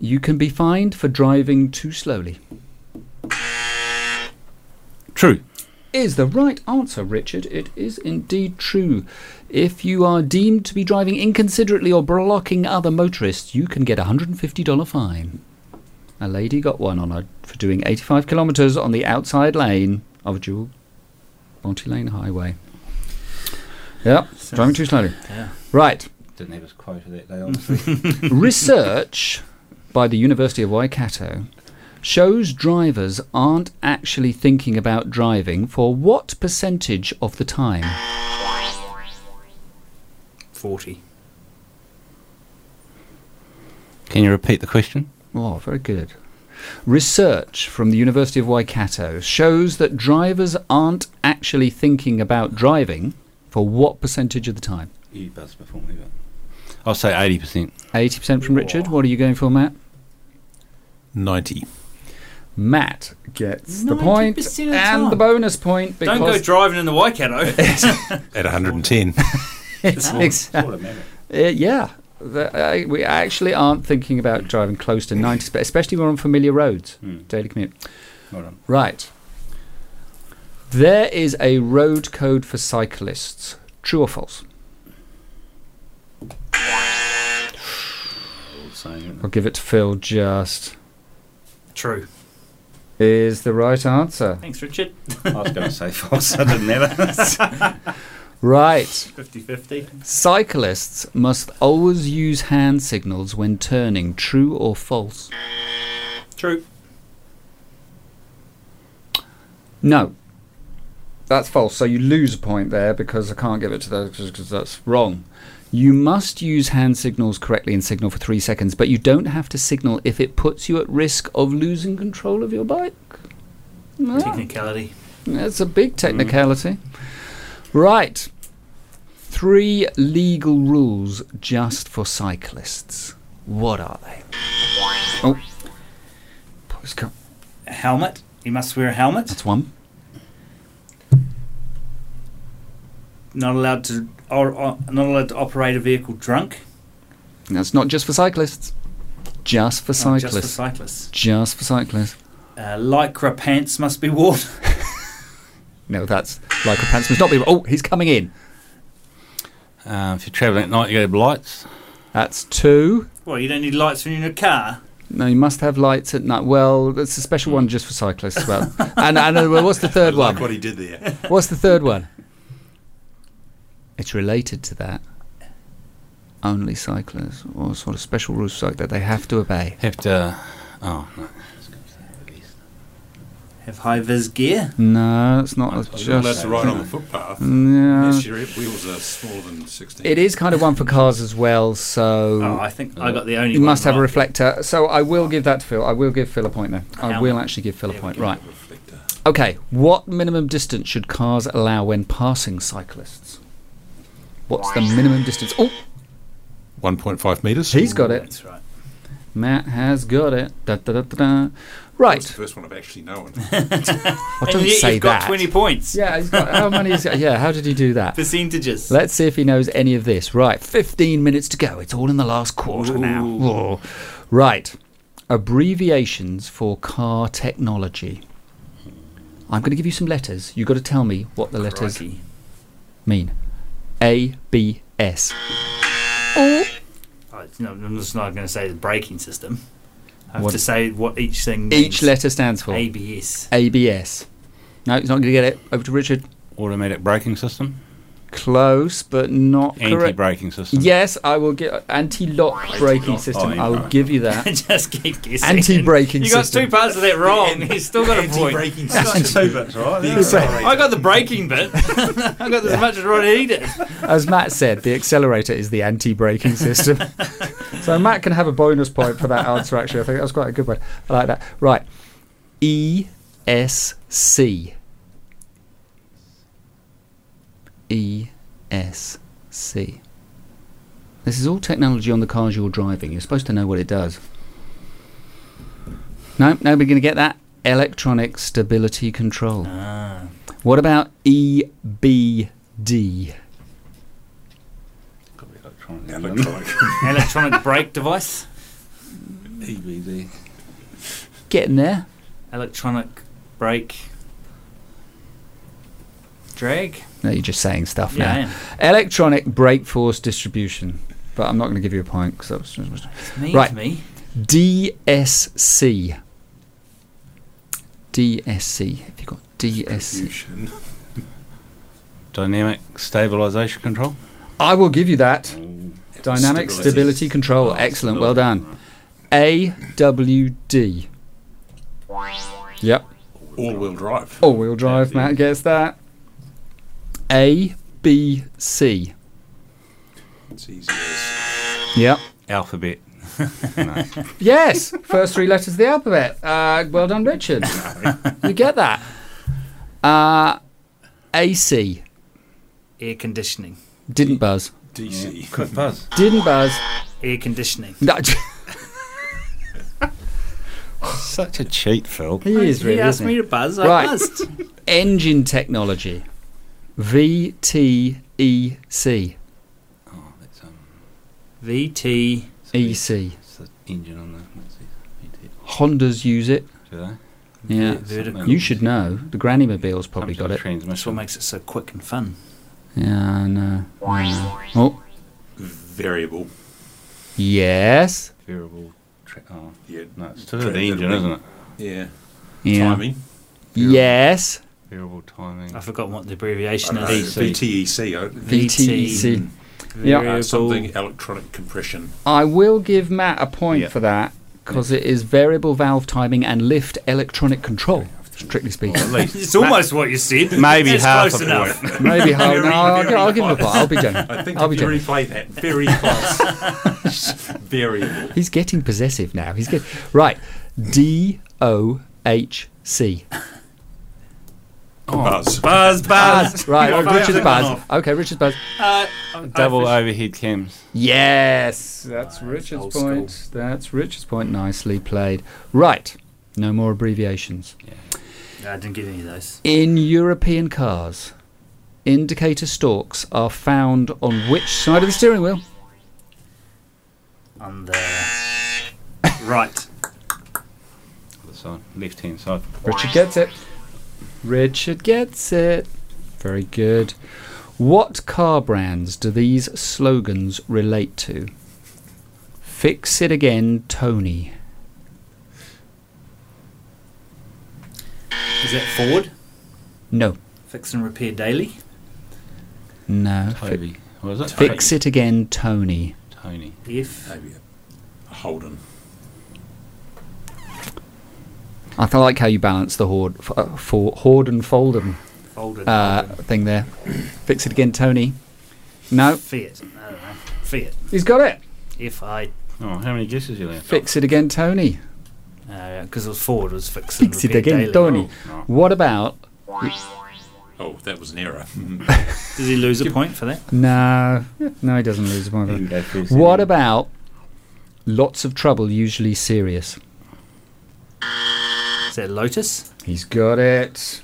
Speaker 2: You can be fined for driving too slowly.
Speaker 5: True.
Speaker 2: Is the right answer, Richard. It is indeed true. If you are deemed to be driving inconsiderately or blocking other motorists, you can get a $150 fine. A lady got one on her for doing 85 kilometres on the outside lane of a dual multi lane highway. Yep,
Speaker 4: Sounds-
Speaker 2: driving too slowly.
Speaker 4: Yeah.
Speaker 2: Right.
Speaker 5: Didn't have his quota that day, honestly.
Speaker 2: Research by the University of Waikato shows drivers aren't actually thinking about driving for what percentage of the time?
Speaker 4: 40.
Speaker 5: Can you repeat the question?
Speaker 2: Oh, very good. Research from the University of Waikato shows that drivers aren't actually thinking about driving for what percentage of the time?
Speaker 5: You buzzed before me, but I'll say eighty percent.
Speaker 2: 80% from Richard. What are you going for, Matt?
Speaker 6: 90.
Speaker 2: Matt gets the point
Speaker 4: 90% of the
Speaker 2: and the
Speaker 4: time.
Speaker 2: bonus point because
Speaker 4: Don't go driving in the Waikato.
Speaker 6: At 110.
Speaker 2: Ex- Uh, yeah, The- uh, we actually aren't thinking about driving close to 90, spe- especially when we're on familiar roads, daily commute.
Speaker 5: Hold on.
Speaker 2: Right. There is a road code for cyclists. True or false?
Speaker 5: All the same.
Speaker 2: I'll give it to Phil just.
Speaker 4: True.
Speaker 2: Is the right answer.
Speaker 4: Thanks, Richard.
Speaker 5: I was going to say false. I didn't matter.
Speaker 2: Right.
Speaker 4: 50 50.
Speaker 2: Cyclists must always use hand signals when turning. True or false?
Speaker 4: True.
Speaker 2: No. That's false. So you lose a point there because I can't give it to those because that's wrong. You must use hand signals correctly and signal for three seconds, but you don't have to signal if it puts you at risk of losing control of your bike. Ah,
Speaker 4: Technicality.
Speaker 2: that's a big technicality. Right. Three legal rules just for cyclists. What are they? Oh. Boys, come-
Speaker 4: A helmet. You must wear a helmet.
Speaker 2: That's one.
Speaker 4: Not allowed to or, or, not allowed to operate a vehicle drunk.
Speaker 2: That's not just for cyclists. Just for
Speaker 4: Not
Speaker 2: cyclists.
Speaker 4: Just for cyclists.
Speaker 2: Just for cyclists.
Speaker 4: Uh, lycra pants must be worn.
Speaker 2: No, that's like a pants must not be. Oh, he's coming in.
Speaker 5: um, if you're travelling at night, you go to lights.
Speaker 2: That's two.
Speaker 4: well, you don't need lights when you're in a car.
Speaker 2: No, you must have lights at night. Well, that's a special one just for cyclists. as Well, and and uh, well, what's the third
Speaker 6: Like
Speaker 2: one?
Speaker 6: what he did there.
Speaker 2: What's the third one? It's related to that. Only cyclists, or sort of special rules so that they have to obey.
Speaker 5: Have to. Oh no.
Speaker 4: Have high vis gear.
Speaker 2: No, it's not
Speaker 6: You're
Speaker 2: just.
Speaker 6: not allowed to ride on the footpath.
Speaker 2: No.
Speaker 6: Yes, your wheels are smaller than 16.
Speaker 2: It is kind of one for cars as well. So
Speaker 4: Oh, I think I got the only
Speaker 2: You
Speaker 4: one
Speaker 2: must have a
Speaker 4: right.
Speaker 2: reflector. So I will give that to Phil. I will give Phil a point there. I
Speaker 4: Helmet.
Speaker 2: will actually give Phil a
Speaker 4: There we
Speaker 2: point.
Speaker 4: go.
Speaker 2: Right. Okay. What minimum distance should cars allow when passing cyclists? What's the minimum distance? Oh,
Speaker 6: 1.5 metres.
Speaker 2: he's got it.
Speaker 4: That's right.
Speaker 2: Matt has got it. Da, da, da, da, da.
Speaker 6: It's the
Speaker 2: Right.
Speaker 6: first one I've actually known.
Speaker 2: I
Speaker 4: and
Speaker 2: don't
Speaker 4: yet
Speaker 2: say
Speaker 4: you've got
Speaker 2: that.
Speaker 4: 20 points.
Speaker 2: Yeah, he's got, how many? He's got, yeah, how did he do that?
Speaker 4: Percentages.
Speaker 2: Let's see if he knows any of this. Right, 15 minutes to go. It's all in the last quarter now. Whoa. Right, abbreviations for car technology. I'm going to give you some letters. You've got to tell me what the letters
Speaker 4: Crikey.
Speaker 2: mean. A, B, S.
Speaker 4: Oh, it's- no, I'm just not going to say the braking system. I have
Speaker 2: What-
Speaker 4: to say what each thing means.
Speaker 2: Each letter stands for
Speaker 4: ABS.
Speaker 2: ABS. No, he's not going to get it. Over to Richard.
Speaker 5: Automatic braking system.
Speaker 2: Close, but not
Speaker 5: Anti
Speaker 2: correct.
Speaker 5: braking system.
Speaker 2: Yes, I will get anti-lock braking
Speaker 4: Oh,
Speaker 2: system. I will give you that.
Speaker 4: Just keep guessing.
Speaker 2: Anti-braking
Speaker 4: You got
Speaker 2: system.
Speaker 4: two parts of that wrong. You still got a point.
Speaker 6: Braking
Speaker 4: I got the braking bit. I got as much as Ron did.
Speaker 2: As Matt said, the accelerator is the anti-braking system. so Matt can have a bonus point for that answer. Actually, I think that was quite a good one. I like that. Right, E S C. E S C. This is all technology on the cars you're driving. You're supposed to know what it does. No, nobody going to get that. Electronic stability control.
Speaker 4: Ah,
Speaker 2: What about E EBD?
Speaker 3: Electronic.
Speaker 4: electronic brake device.
Speaker 6: EBD.
Speaker 2: Getting there.
Speaker 4: Electronic brake. Drag.
Speaker 2: No, you're just saying stuff now.
Speaker 4: Yeah,
Speaker 2: Electronic brake force distribution. But I'm not going to give you a point because that was, was
Speaker 4: it's me.
Speaker 2: Right.
Speaker 4: It's me.
Speaker 2: DSC. DSC. Have you got DSC?
Speaker 6: Fusion.
Speaker 5: Dynamic stabilisation control.
Speaker 2: I will give you that. Dynamic stability, control.
Speaker 6: Oh,
Speaker 2: Excellent. Well done. AWD. Yep.
Speaker 6: All-wheel drive.
Speaker 2: All wheel drive. Matt gets that. ABC.
Speaker 6: It's easy as
Speaker 2: Yep.
Speaker 5: Alphabet.
Speaker 2: Yes. First three letters of the alphabet. Uh, well done, Richard. you get that. Uh, AC.
Speaker 4: Air conditioning.
Speaker 2: Didn't buzz.
Speaker 6: DC.
Speaker 5: Quick buzz.
Speaker 2: Didn't buzz.
Speaker 4: Air conditioning.
Speaker 2: No,
Speaker 5: Such a cheat, Phil.
Speaker 2: he is really,
Speaker 4: he asked
Speaker 2: isn't
Speaker 4: me
Speaker 2: he?
Speaker 4: to buzz.
Speaker 2: Right.
Speaker 4: I buzzed.
Speaker 2: Engine technology. E VTEC.
Speaker 5: Oh, that's um,
Speaker 4: VT.
Speaker 5: it's the-
Speaker 2: EC.
Speaker 5: it's the engine on the. what's it?
Speaker 2: Hondas use it.
Speaker 5: Do they?
Speaker 2: Yeah.
Speaker 4: Vertical.
Speaker 2: You should know. The Granny Mobile's probably
Speaker 5: Some
Speaker 2: got
Speaker 5: sort of
Speaker 2: it.
Speaker 4: That's what
Speaker 5: Transmission.
Speaker 4: makes it so quick and fun.
Speaker 2: Yeah, I know. I know. Oh,
Speaker 6: Variable.
Speaker 2: yes.
Speaker 5: Variable. Tra- oh,
Speaker 6: Yeah.
Speaker 5: no, it's to do with the
Speaker 6: Transit
Speaker 5: engine,
Speaker 6: link.
Speaker 5: isn't it?
Speaker 6: Yeah.
Speaker 2: Yeah.
Speaker 6: Timing.
Speaker 2: Yes.
Speaker 5: Variable timing.
Speaker 4: I've forgotten what the
Speaker 6: I
Speaker 4: abbreviation
Speaker 6: don't know,
Speaker 4: is.
Speaker 6: VTEC. uh,
Speaker 2: VTEC. Yeah.
Speaker 6: uh,
Speaker 4: Variable-
Speaker 6: something electronic compression.
Speaker 2: I will give Matt a point
Speaker 5: Yeah.
Speaker 2: for that because it is variable valve timing and lift electronic control, strictly
Speaker 6: Oh,
Speaker 2: speaking.
Speaker 4: It's almost what you said.
Speaker 5: Maybe
Speaker 4: It's
Speaker 5: half
Speaker 4: close
Speaker 5: a
Speaker 4: enough.
Speaker 2: Maybe how?
Speaker 6: Very,
Speaker 2: No, I'll,
Speaker 6: very
Speaker 2: gi- I'll give him a
Speaker 6: close.
Speaker 2: point. I'll be generous.
Speaker 6: I think
Speaker 2: I'll be
Speaker 6: if you
Speaker 2: generous.
Speaker 6: replay that very close. Variable.
Speaker 2: He's getting possessive now. He's getting right. D O H C.
Speaker 5: Oh,
Speaker 6: Buzz.
Speaker 4: Buzz,
Speaker 6: Ah.
Speaker 4: buzz.
Speaker 2: Buzz. Right. oh,
Speaker 6: I've
Speaker 2: Richard's
Speaker 6: got that one
Speaker 2: buzz. Okay, Richard's buzz.
Speaker 4: Uh,
Speaker 5: Double overhead cams.
Speaker 2: Yes, that's Richard's
Speaker 6: old
Speaker 2: point. That's Richard's point. Nicely played. Right. No more abbreviations.
Speaker 4: I didn't get any of those.
Speaker 2: In European cars, indicator stalks are found on which side of the steering wheel?
Speaker 4: On the right.
Speaker 5: Other side. Left hand side.
Speaker 2: Richard gets it. Richard gets it. Very good. What car brands do these slogans relate to? Fix it again, Tony.
Speaker 4: Is that forward?
Speaker 2: No,
Speaker 4: Fix and repair daily.
Speaker 2: no. Fi-
Speaker 5: Toby. What was it?
Speaker 2: fix it again, Tony.
Speaker 5: Tony.
Speaker 2: Uh,
Speaker 4: F.
Speaker 6: Maybe a Holden.
Speaker 2: I feel like how you balance the hoard, f- uh, for, hoard and fold 'em,
Speaker 4: Folded.
Speaker 2: uh, thing there. Fix it again, Tony. No,
Speaker 4: Fiat. I don't know. Fiat.
Speaker 2: he's got it.
Speaker 4: F I.
Speaker 5: Oh, how many guesses you left?
Speaker 2: Fix it again, Tony.
Speaker 4: Because uh, it was forward, it was fix and
Speaker 2: Fix it
Speaker 4: repair
Speaker 2: again,
Speaker 4: daily.
Speaker 2: Tony.
Speaker 5: Oh, no.
Speaker 2: What about?
Speaker 6: Oh, that was an error.
Speaker 4: Does he lose a point for that?
Speaker 2: No, no, he doesn't lose one.
Speaker 5: You can go first,
Speaker 2: What
Speaker 5: Ian.
Speaker 2: about lots of trouble, usually serious?
Speaker 4: Is that Lotus?
Speaker 2: He's got it.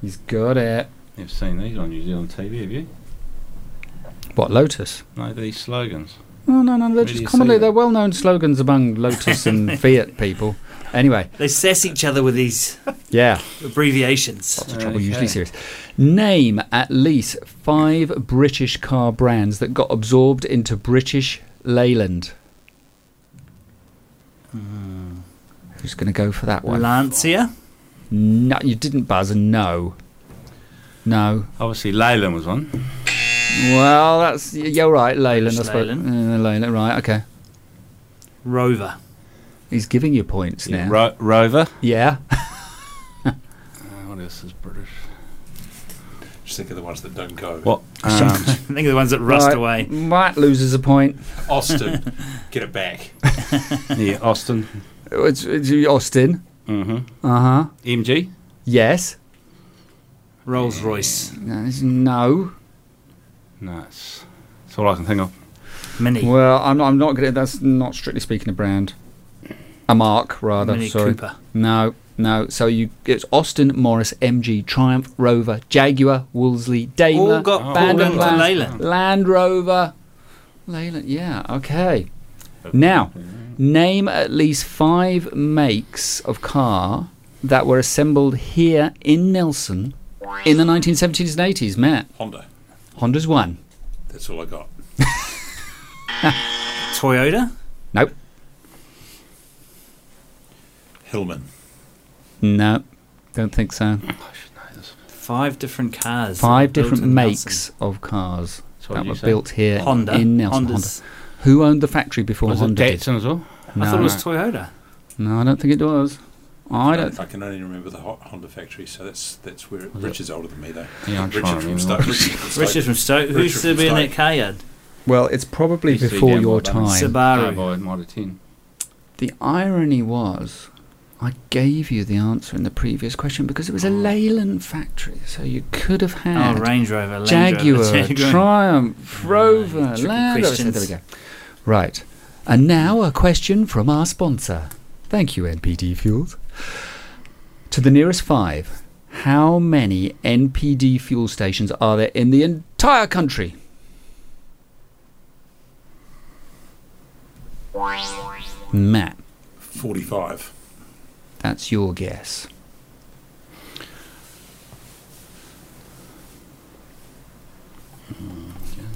Speaker 2: He's got it.
Speaker 5: You've seen these on New Zealand TV, have you?
Speaker 2: What, Lotus?
Speaker 5: No, these slogans.
Speaker 2: Oh, no, no, they're
Speaker 5: do
Speaker 2: just
Speaker 5: you
Speaker 2: commonly,
Speaker 5: see
Speaker 2: they're
Speaker 5: that?
Speaker 2: well known slogans among Lotus and Fiat people. Anyway,
Speaker 4: They sass each other with these
Speaker 2: yeah,
Speaker 4: abbreviations.
Speaker 2: lots of trouble, usually
Speaker 5: Okay.
Speaker 2: serious. Name at least five British car brands that got absorbed into British Leyland.
Speaker 4: Hmm.
Speaker 2: Who's going to go for that one?
Speaker 4: Lancia.
Speaker 2: No, you didn't buzz, and no. No.
Speaker 5: Obviously, Leyland was one.
Speaker 2: Well, that's y- you're right, Leyland. I
Speaker 4: British
Speaker 2: suppose.
Speaker 4: Leyland.
Speaker 2: Uh, Leyland, right? Okay.
Speaker 4: Rover.
Speaker 2: He's giving you points
Speaker 5: Yeah,
Speaker 2: now.
Speaker 5: Ro- Rover.
Speaker 2: Yeah.
Speaker 5: Uh, what else is British?
Speaker 6: Just think of the ones that don't go.
Speaker 5: What? Um,
Speaker 4: Think of the ones that rust
Speaker 2: Right.
Speaker 4: away.
Speaker 2: Matt loses a point.
Speaker 6: Austin, get it back.
Speaker 5: yeah, Austin.
Speaker 2: It's, it's Austin.
Speaker 5: Mm-hmm.
Speaker 2: Uh huh.
Speaker 5: MG.
Speaker 2: Yes.
Speaker 4: Rolls Royce
Speaker 2: No, it's No.
Speaker 5: No, it's, it's all I can think of.
Speaker 4: Mini.
Speaker 2: Well, I'm not, I'm not going to. That's not strictly speaking a brand. A mark, rather.
Speaker 4: Mini
Speaker 2: sorry.
Speaker 4: Cooper.
Speaker 2: No, no. So you, it's Austin, Morris, MG, Triumph, Rover, Jaguar, Wolseley, Daimler,
Speaker 4: All got
Speaker 5: Oh.
Speaker 4: pulled
Speaker 2: Band
Speaker 4: into
Speaker 2: and Plan,
Speaker 4: Leyland.
Speaker 2: Land Rover, Leyland. Yeah, okay. Now, name at least five makes of car that were assembled here in Nelson in the 1970s and 80s. Matt,
Speaker 6: Honda.
Speaker 2: Honda's one.
Speaker 6: That's all I got.
Speaker 4: Toyota.
Speaker 2: Nope.
Speaker 6: Hillman.
Speaker 2: No, don't think so.
Speaker 4: Five different cars.
Speaker 2: Five
Speaker 4: built
Speaker 2: different
Speaker 4: in
Speaker 2: makes of cars
Speaker 5: So
Speaker 2: that
Speaker 5: you
Speaker 2: were
Speaker 5: say?
Speaker 2: built here
Speaker 4: Nelson. Honda.
Speaker 2: in Nelson. Honda.
Speaker 4: Hondas.
Speaker 2: Who owned the factory before
Speaker 5: Was it
Speaker 2: Honda? did?
Speaker 5: Datsun as well?
Speaker 2: No,
Speaker 4: I thought it was Toyota.
Speaker 2: no, I don't think it does. I don't.
Speaker 6: I can only remember the Ho- Honda factory, so that's that's where
Speaker 5: Was
Speaker 6: Richard's older than me though.
Speaker 5: Yeah, I'm trying
Speaker 6: Richard
Speaker 5: to
Speaker 6: from
Speaker 5: remember.
Speaker 6: Stoke. Richard from Stoke.
Speaker 4: Richard from Stoke. Who
Speaker 6: Richard
Speaker 4: used to
Speaker 6: from
Speaker 4: be in
Speaker 6: Stoke.
Speaker 4: that car yard?
Speaker 2: Well, it's probably
Speaker 5: Used to be
Speaker 2: before
Speaker 5: down
Speaker 2: your
Speaker 5: by Bang.
Speaker 2: time.
Speaker 5: Oh,
Speaker 4: Subaru.
Speaker 5: by Model 10.
Speaker 2: The irony was, I gave you the answer in the previous question because it was a Leyland factory, so you could have
Speaker 4: Oh,
Speaker 2: had
Speaker 4: Range Rover. Land
Speaker 2: Jaguar,
Speaker 4: Rover, Jaguar.
Speaker 2: Triumph, Rover,
Speaker 4: tricky
Speaker 2: Land Rover. So there we
Speaker 4: questions.
Speaker 2: go. Right, and now a question from our sponsor. Thank you, NPD Fuels. To the nearest five, how many NPD fuel stations are there in the entire country? Matt,
Speaker 6: Forty-five.
Speaker 2: that's your guess.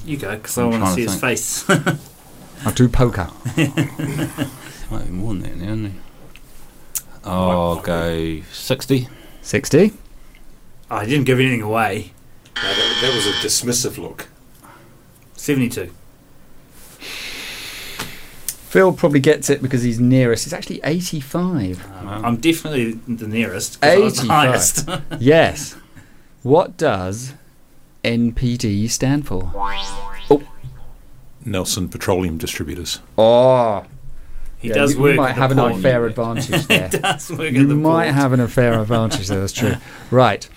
Speaker 4: You go, because I
Speaker 5: I'm
Speaker 4: want to
Speaker 5: trying to
Speaker 4: see his
Speaker 5: think.
Speaker 4: face.
Speaker 2: I'll do poker.
Speaker 5: Might be more than that now, isn't Oh, it? I'll go 60.
Speaker 2: 60?
Speaker 4: I didn't give anything away.
Speaker 6: Now, that, that was a dismissive look.
Speaker 4: 72.
Speaker 2: Phil probably gets it because he's nearest. It's actually 85.
Speaker 4: Um,
Speaker 5: Wow.
Speaker 4: I'm definitely the nearest. 'cause I was the
Speaker 2: 85.
Speaker 4: highest.
Speaker 2: yes. What does NPD stand for?
Speaker 6: Nelson Petroleum Distributors.
Speaker 2: Oh,
Speaker 4: He does
Speaker 2: you,
Speaker 4: work.
Speaker 2: You might
Speaker 4: at the
Speaker 2: have an
Speaker 4: port.
Speaker 2: unfair advantage there.
Speaker 4: He does work
Speaker 2: you
Speaker 4: at the
Speaker 2: might
Speaker 4: port.
Speaker 2: have an unfair advantage there, that's true. Right.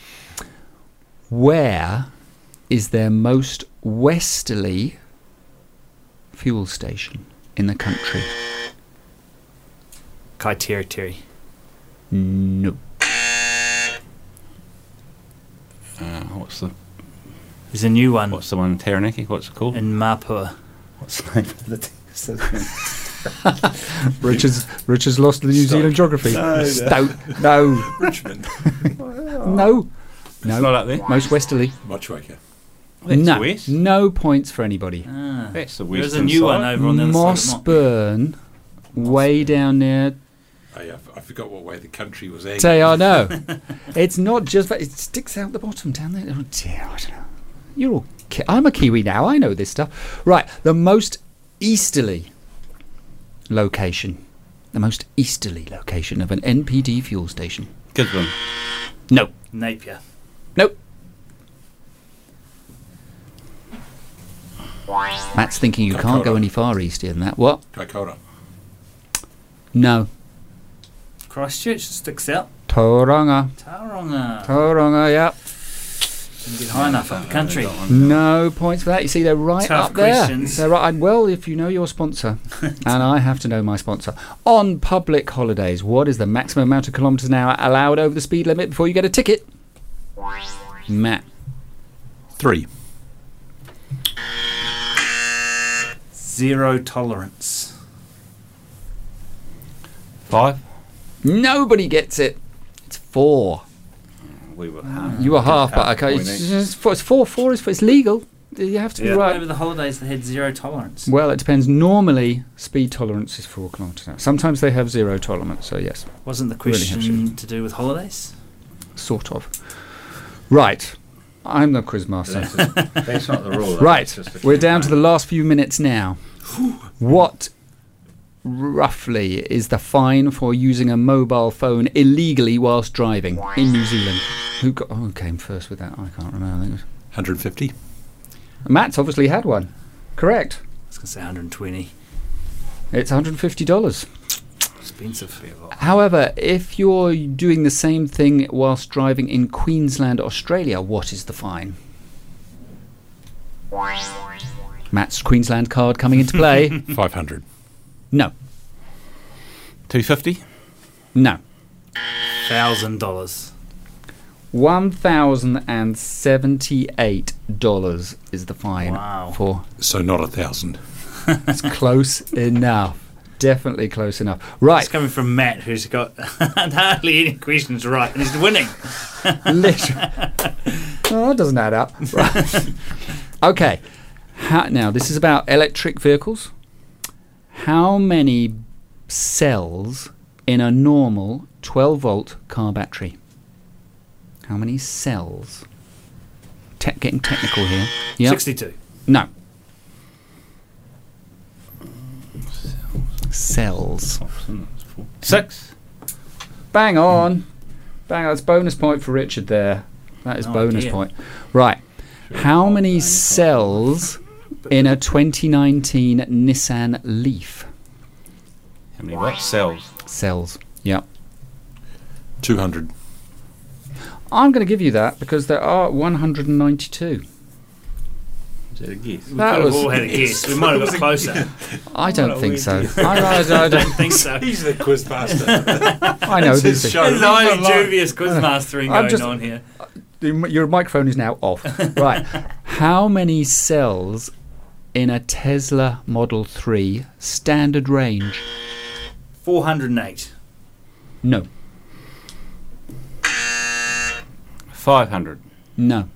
Speaker 2: Where is their most westerly fuel station in the country?
Speaker 4: Kai Territory.
Speaker 2: No.
Speaker 5: Uh, what's the
Speaker 4: There's a new one
Speaker 5: what's the one in Taranaki? What's it called?
Speaker 4: in Mapua.
Speaker 5: What's the name of the thing?
Speaker 2: Richard's Richard's lost the New
Speaker 6: Stoke.
Speaker 2: Zealand geography.
Speaker 6: No, no.
Speaker 2: Stoke. No.
Speaker 6: Richmond.
Speaker 2: No.
Speaker 5: It's not up there.
Speaker 2: Most westerly.
Speaker 6: Muchwaker.
Speaker 5: That's
Speaker 2: no.
Speaker 5: west.
Speaker 2: No points for anybody.
Speaker 4: Ah.
Speaker 5: That's the west.
Speaker 4: There's a new one over on the other side of Mont.
Speaker 2: Mossburn, way down near
Speaker 6: I, I, I forgot what way the country was aimed.
Speaker 2: Te Arno. it's not just that. It sticks out the bottom down there. Oh dear, I don't know. You're all. Ki- I'm a Kiwi now. I know this stuff. Right. The most easterly location. The most easterly location of an NPD fuel station.
Speaker 5: Gisborne.
Speaker 2: No.
Speaker 4: Napier.
Speaker 2: Nope. Matt's thinking you can't go
Speaker 6: Kaikoura.
Speaker 2: any far eastier than that. What?
Speaker 6: Kaikoura.
Speaker 2: No.
Speaker 4: Christchurch sticks out.
Speaker 2: Tauranga.
Speaker 4: Tauranga.
Speaker 2: Tauranga, yeah.
Speaker 4: Didn't get high enough up the country.
Speaker 2: No points for that. You see, they're right
Speaker 4: Tough
Speaker 2: up there.
Speaker 4: questions.
Speaker 2: They're right. and Well, if you know your sponsor, and I have to know my sponsor. On public holidays, what is the maximum amount of kilometres an hour allowed over the speed limit before you get a ticket? Matt.
Speaker 6: Three.
Speaker 4: Zero tolerance.
Speaker 5: Five.
Speaker 2: Nobody gets it. It's four.
Speaker 5: We were half.
Speaker 2: You were half, but
Speaker 5: Mm, half
Speaker 2: okay.
Speaker 5: point
Speaker 2: It's,
Speaker 5: each.
Speaker 2: it's four, it's four. Four is it's legal. You have to be
Speaker 4: Over
Speaker 2: right.
Speaker 4: the holidays, they had zero tolerance.
Speaker 2: Well, it depends. Normally, speed tolerance is four kilometres an hour. Sometimes they have zero tolerance. So yes.
Speaker 4: Wasn't the
Speaker 2: Really
Speaker 4: question
Speaker 2: helps
Speaker 4: to do with holidays?
Speaker 2: sort of. Right, I'm the quizmaster.
Speaker 5: That's not the rule.
Speaker 2: Right, we're down to the last few minutes now. What roughly is the fine for using a mobile phone illegally whilst driving in New Zealand? Who got, oh, came first with that? I can't remember. I think it
Speaker 6: 150.
Speaker 2: was- Matt's obviously had one. Correct.
Speaker 4: I was going to say 120.
Speaker 2: It's $150.
Speaker 4: Expensive.
Speaker 2: However, if you're doing the same thing whilst driving in Queensland, Australia, what is the fine? Matt's Queensland card coming into play.
Speaker 6: 500.
Speaker 2: no,
Speaker 5: 250?
Speaker 2: no.
Speaker 4: Thousand dollars.
Speaker 2: $1,078 is the fine
Speaker 4: Wow.
Speaker 2: for
Speaker 6: So not a thousand.
Speaker 2: It's close enough. Definitely close enough. Right,
Speaker 4: It's coming from Matt, who's got hardly any questions right, and he's winning.
Speaker 2: literally. oh, that doesn't add up. Right. okay. How, now, this is about electric vehicles. How many cells in a normal 12 volt car battery? How many cells? Te- getting technical here. Yep.
Speaker 4: Sixty-two.
Speaker 2: No. Cells.
Speaker 5: Six?
Speaker 2: Bang on. Bang on. That's bonus point for Richard there. That is
Speaker 4: Oh,
Speaker 2: bonus
Speaker 4: dear.
Speaker 2: point. Right. How many cells in a 2019 Nissan Leaf?
Speaker 5: How many what? Cells.
Speaker 2: Cells. Yep.
Speaker 6: 200.
Speaker 2: I'm going to give you that because there are 192.
Speaker 5: Is that a guess?
Speaker 4: We
Speaker 2: That
Speaker 4: could have
Speaker 2: was-
Speaker 4: all had a guess. We might have got closer.
Speaker 2: I
Speaker 4: What
Speaker 2: don't
Speaker 4: a
Speaker 2: think
Speaker 4: weird
Speaker 2: so. I, I, I, don't,
Speaker 4: I think so.
Speaker 6: He's the quiz master.
Speaker 2: I know this. is-
Speaker 4: There's highly dubious quizmastering
Speaker 2: I'm
Speaker 4: going
Speaker 2: just-
Speaker 4: on here.
Speaker 2: The mi- Your microphone is now off. right. How many cells in a Tesla Model 3 standard range?
Speaker 4: Four hundred and eight.
Speaker 2: No.
Speaker 5: 500.
Speaker 2: No.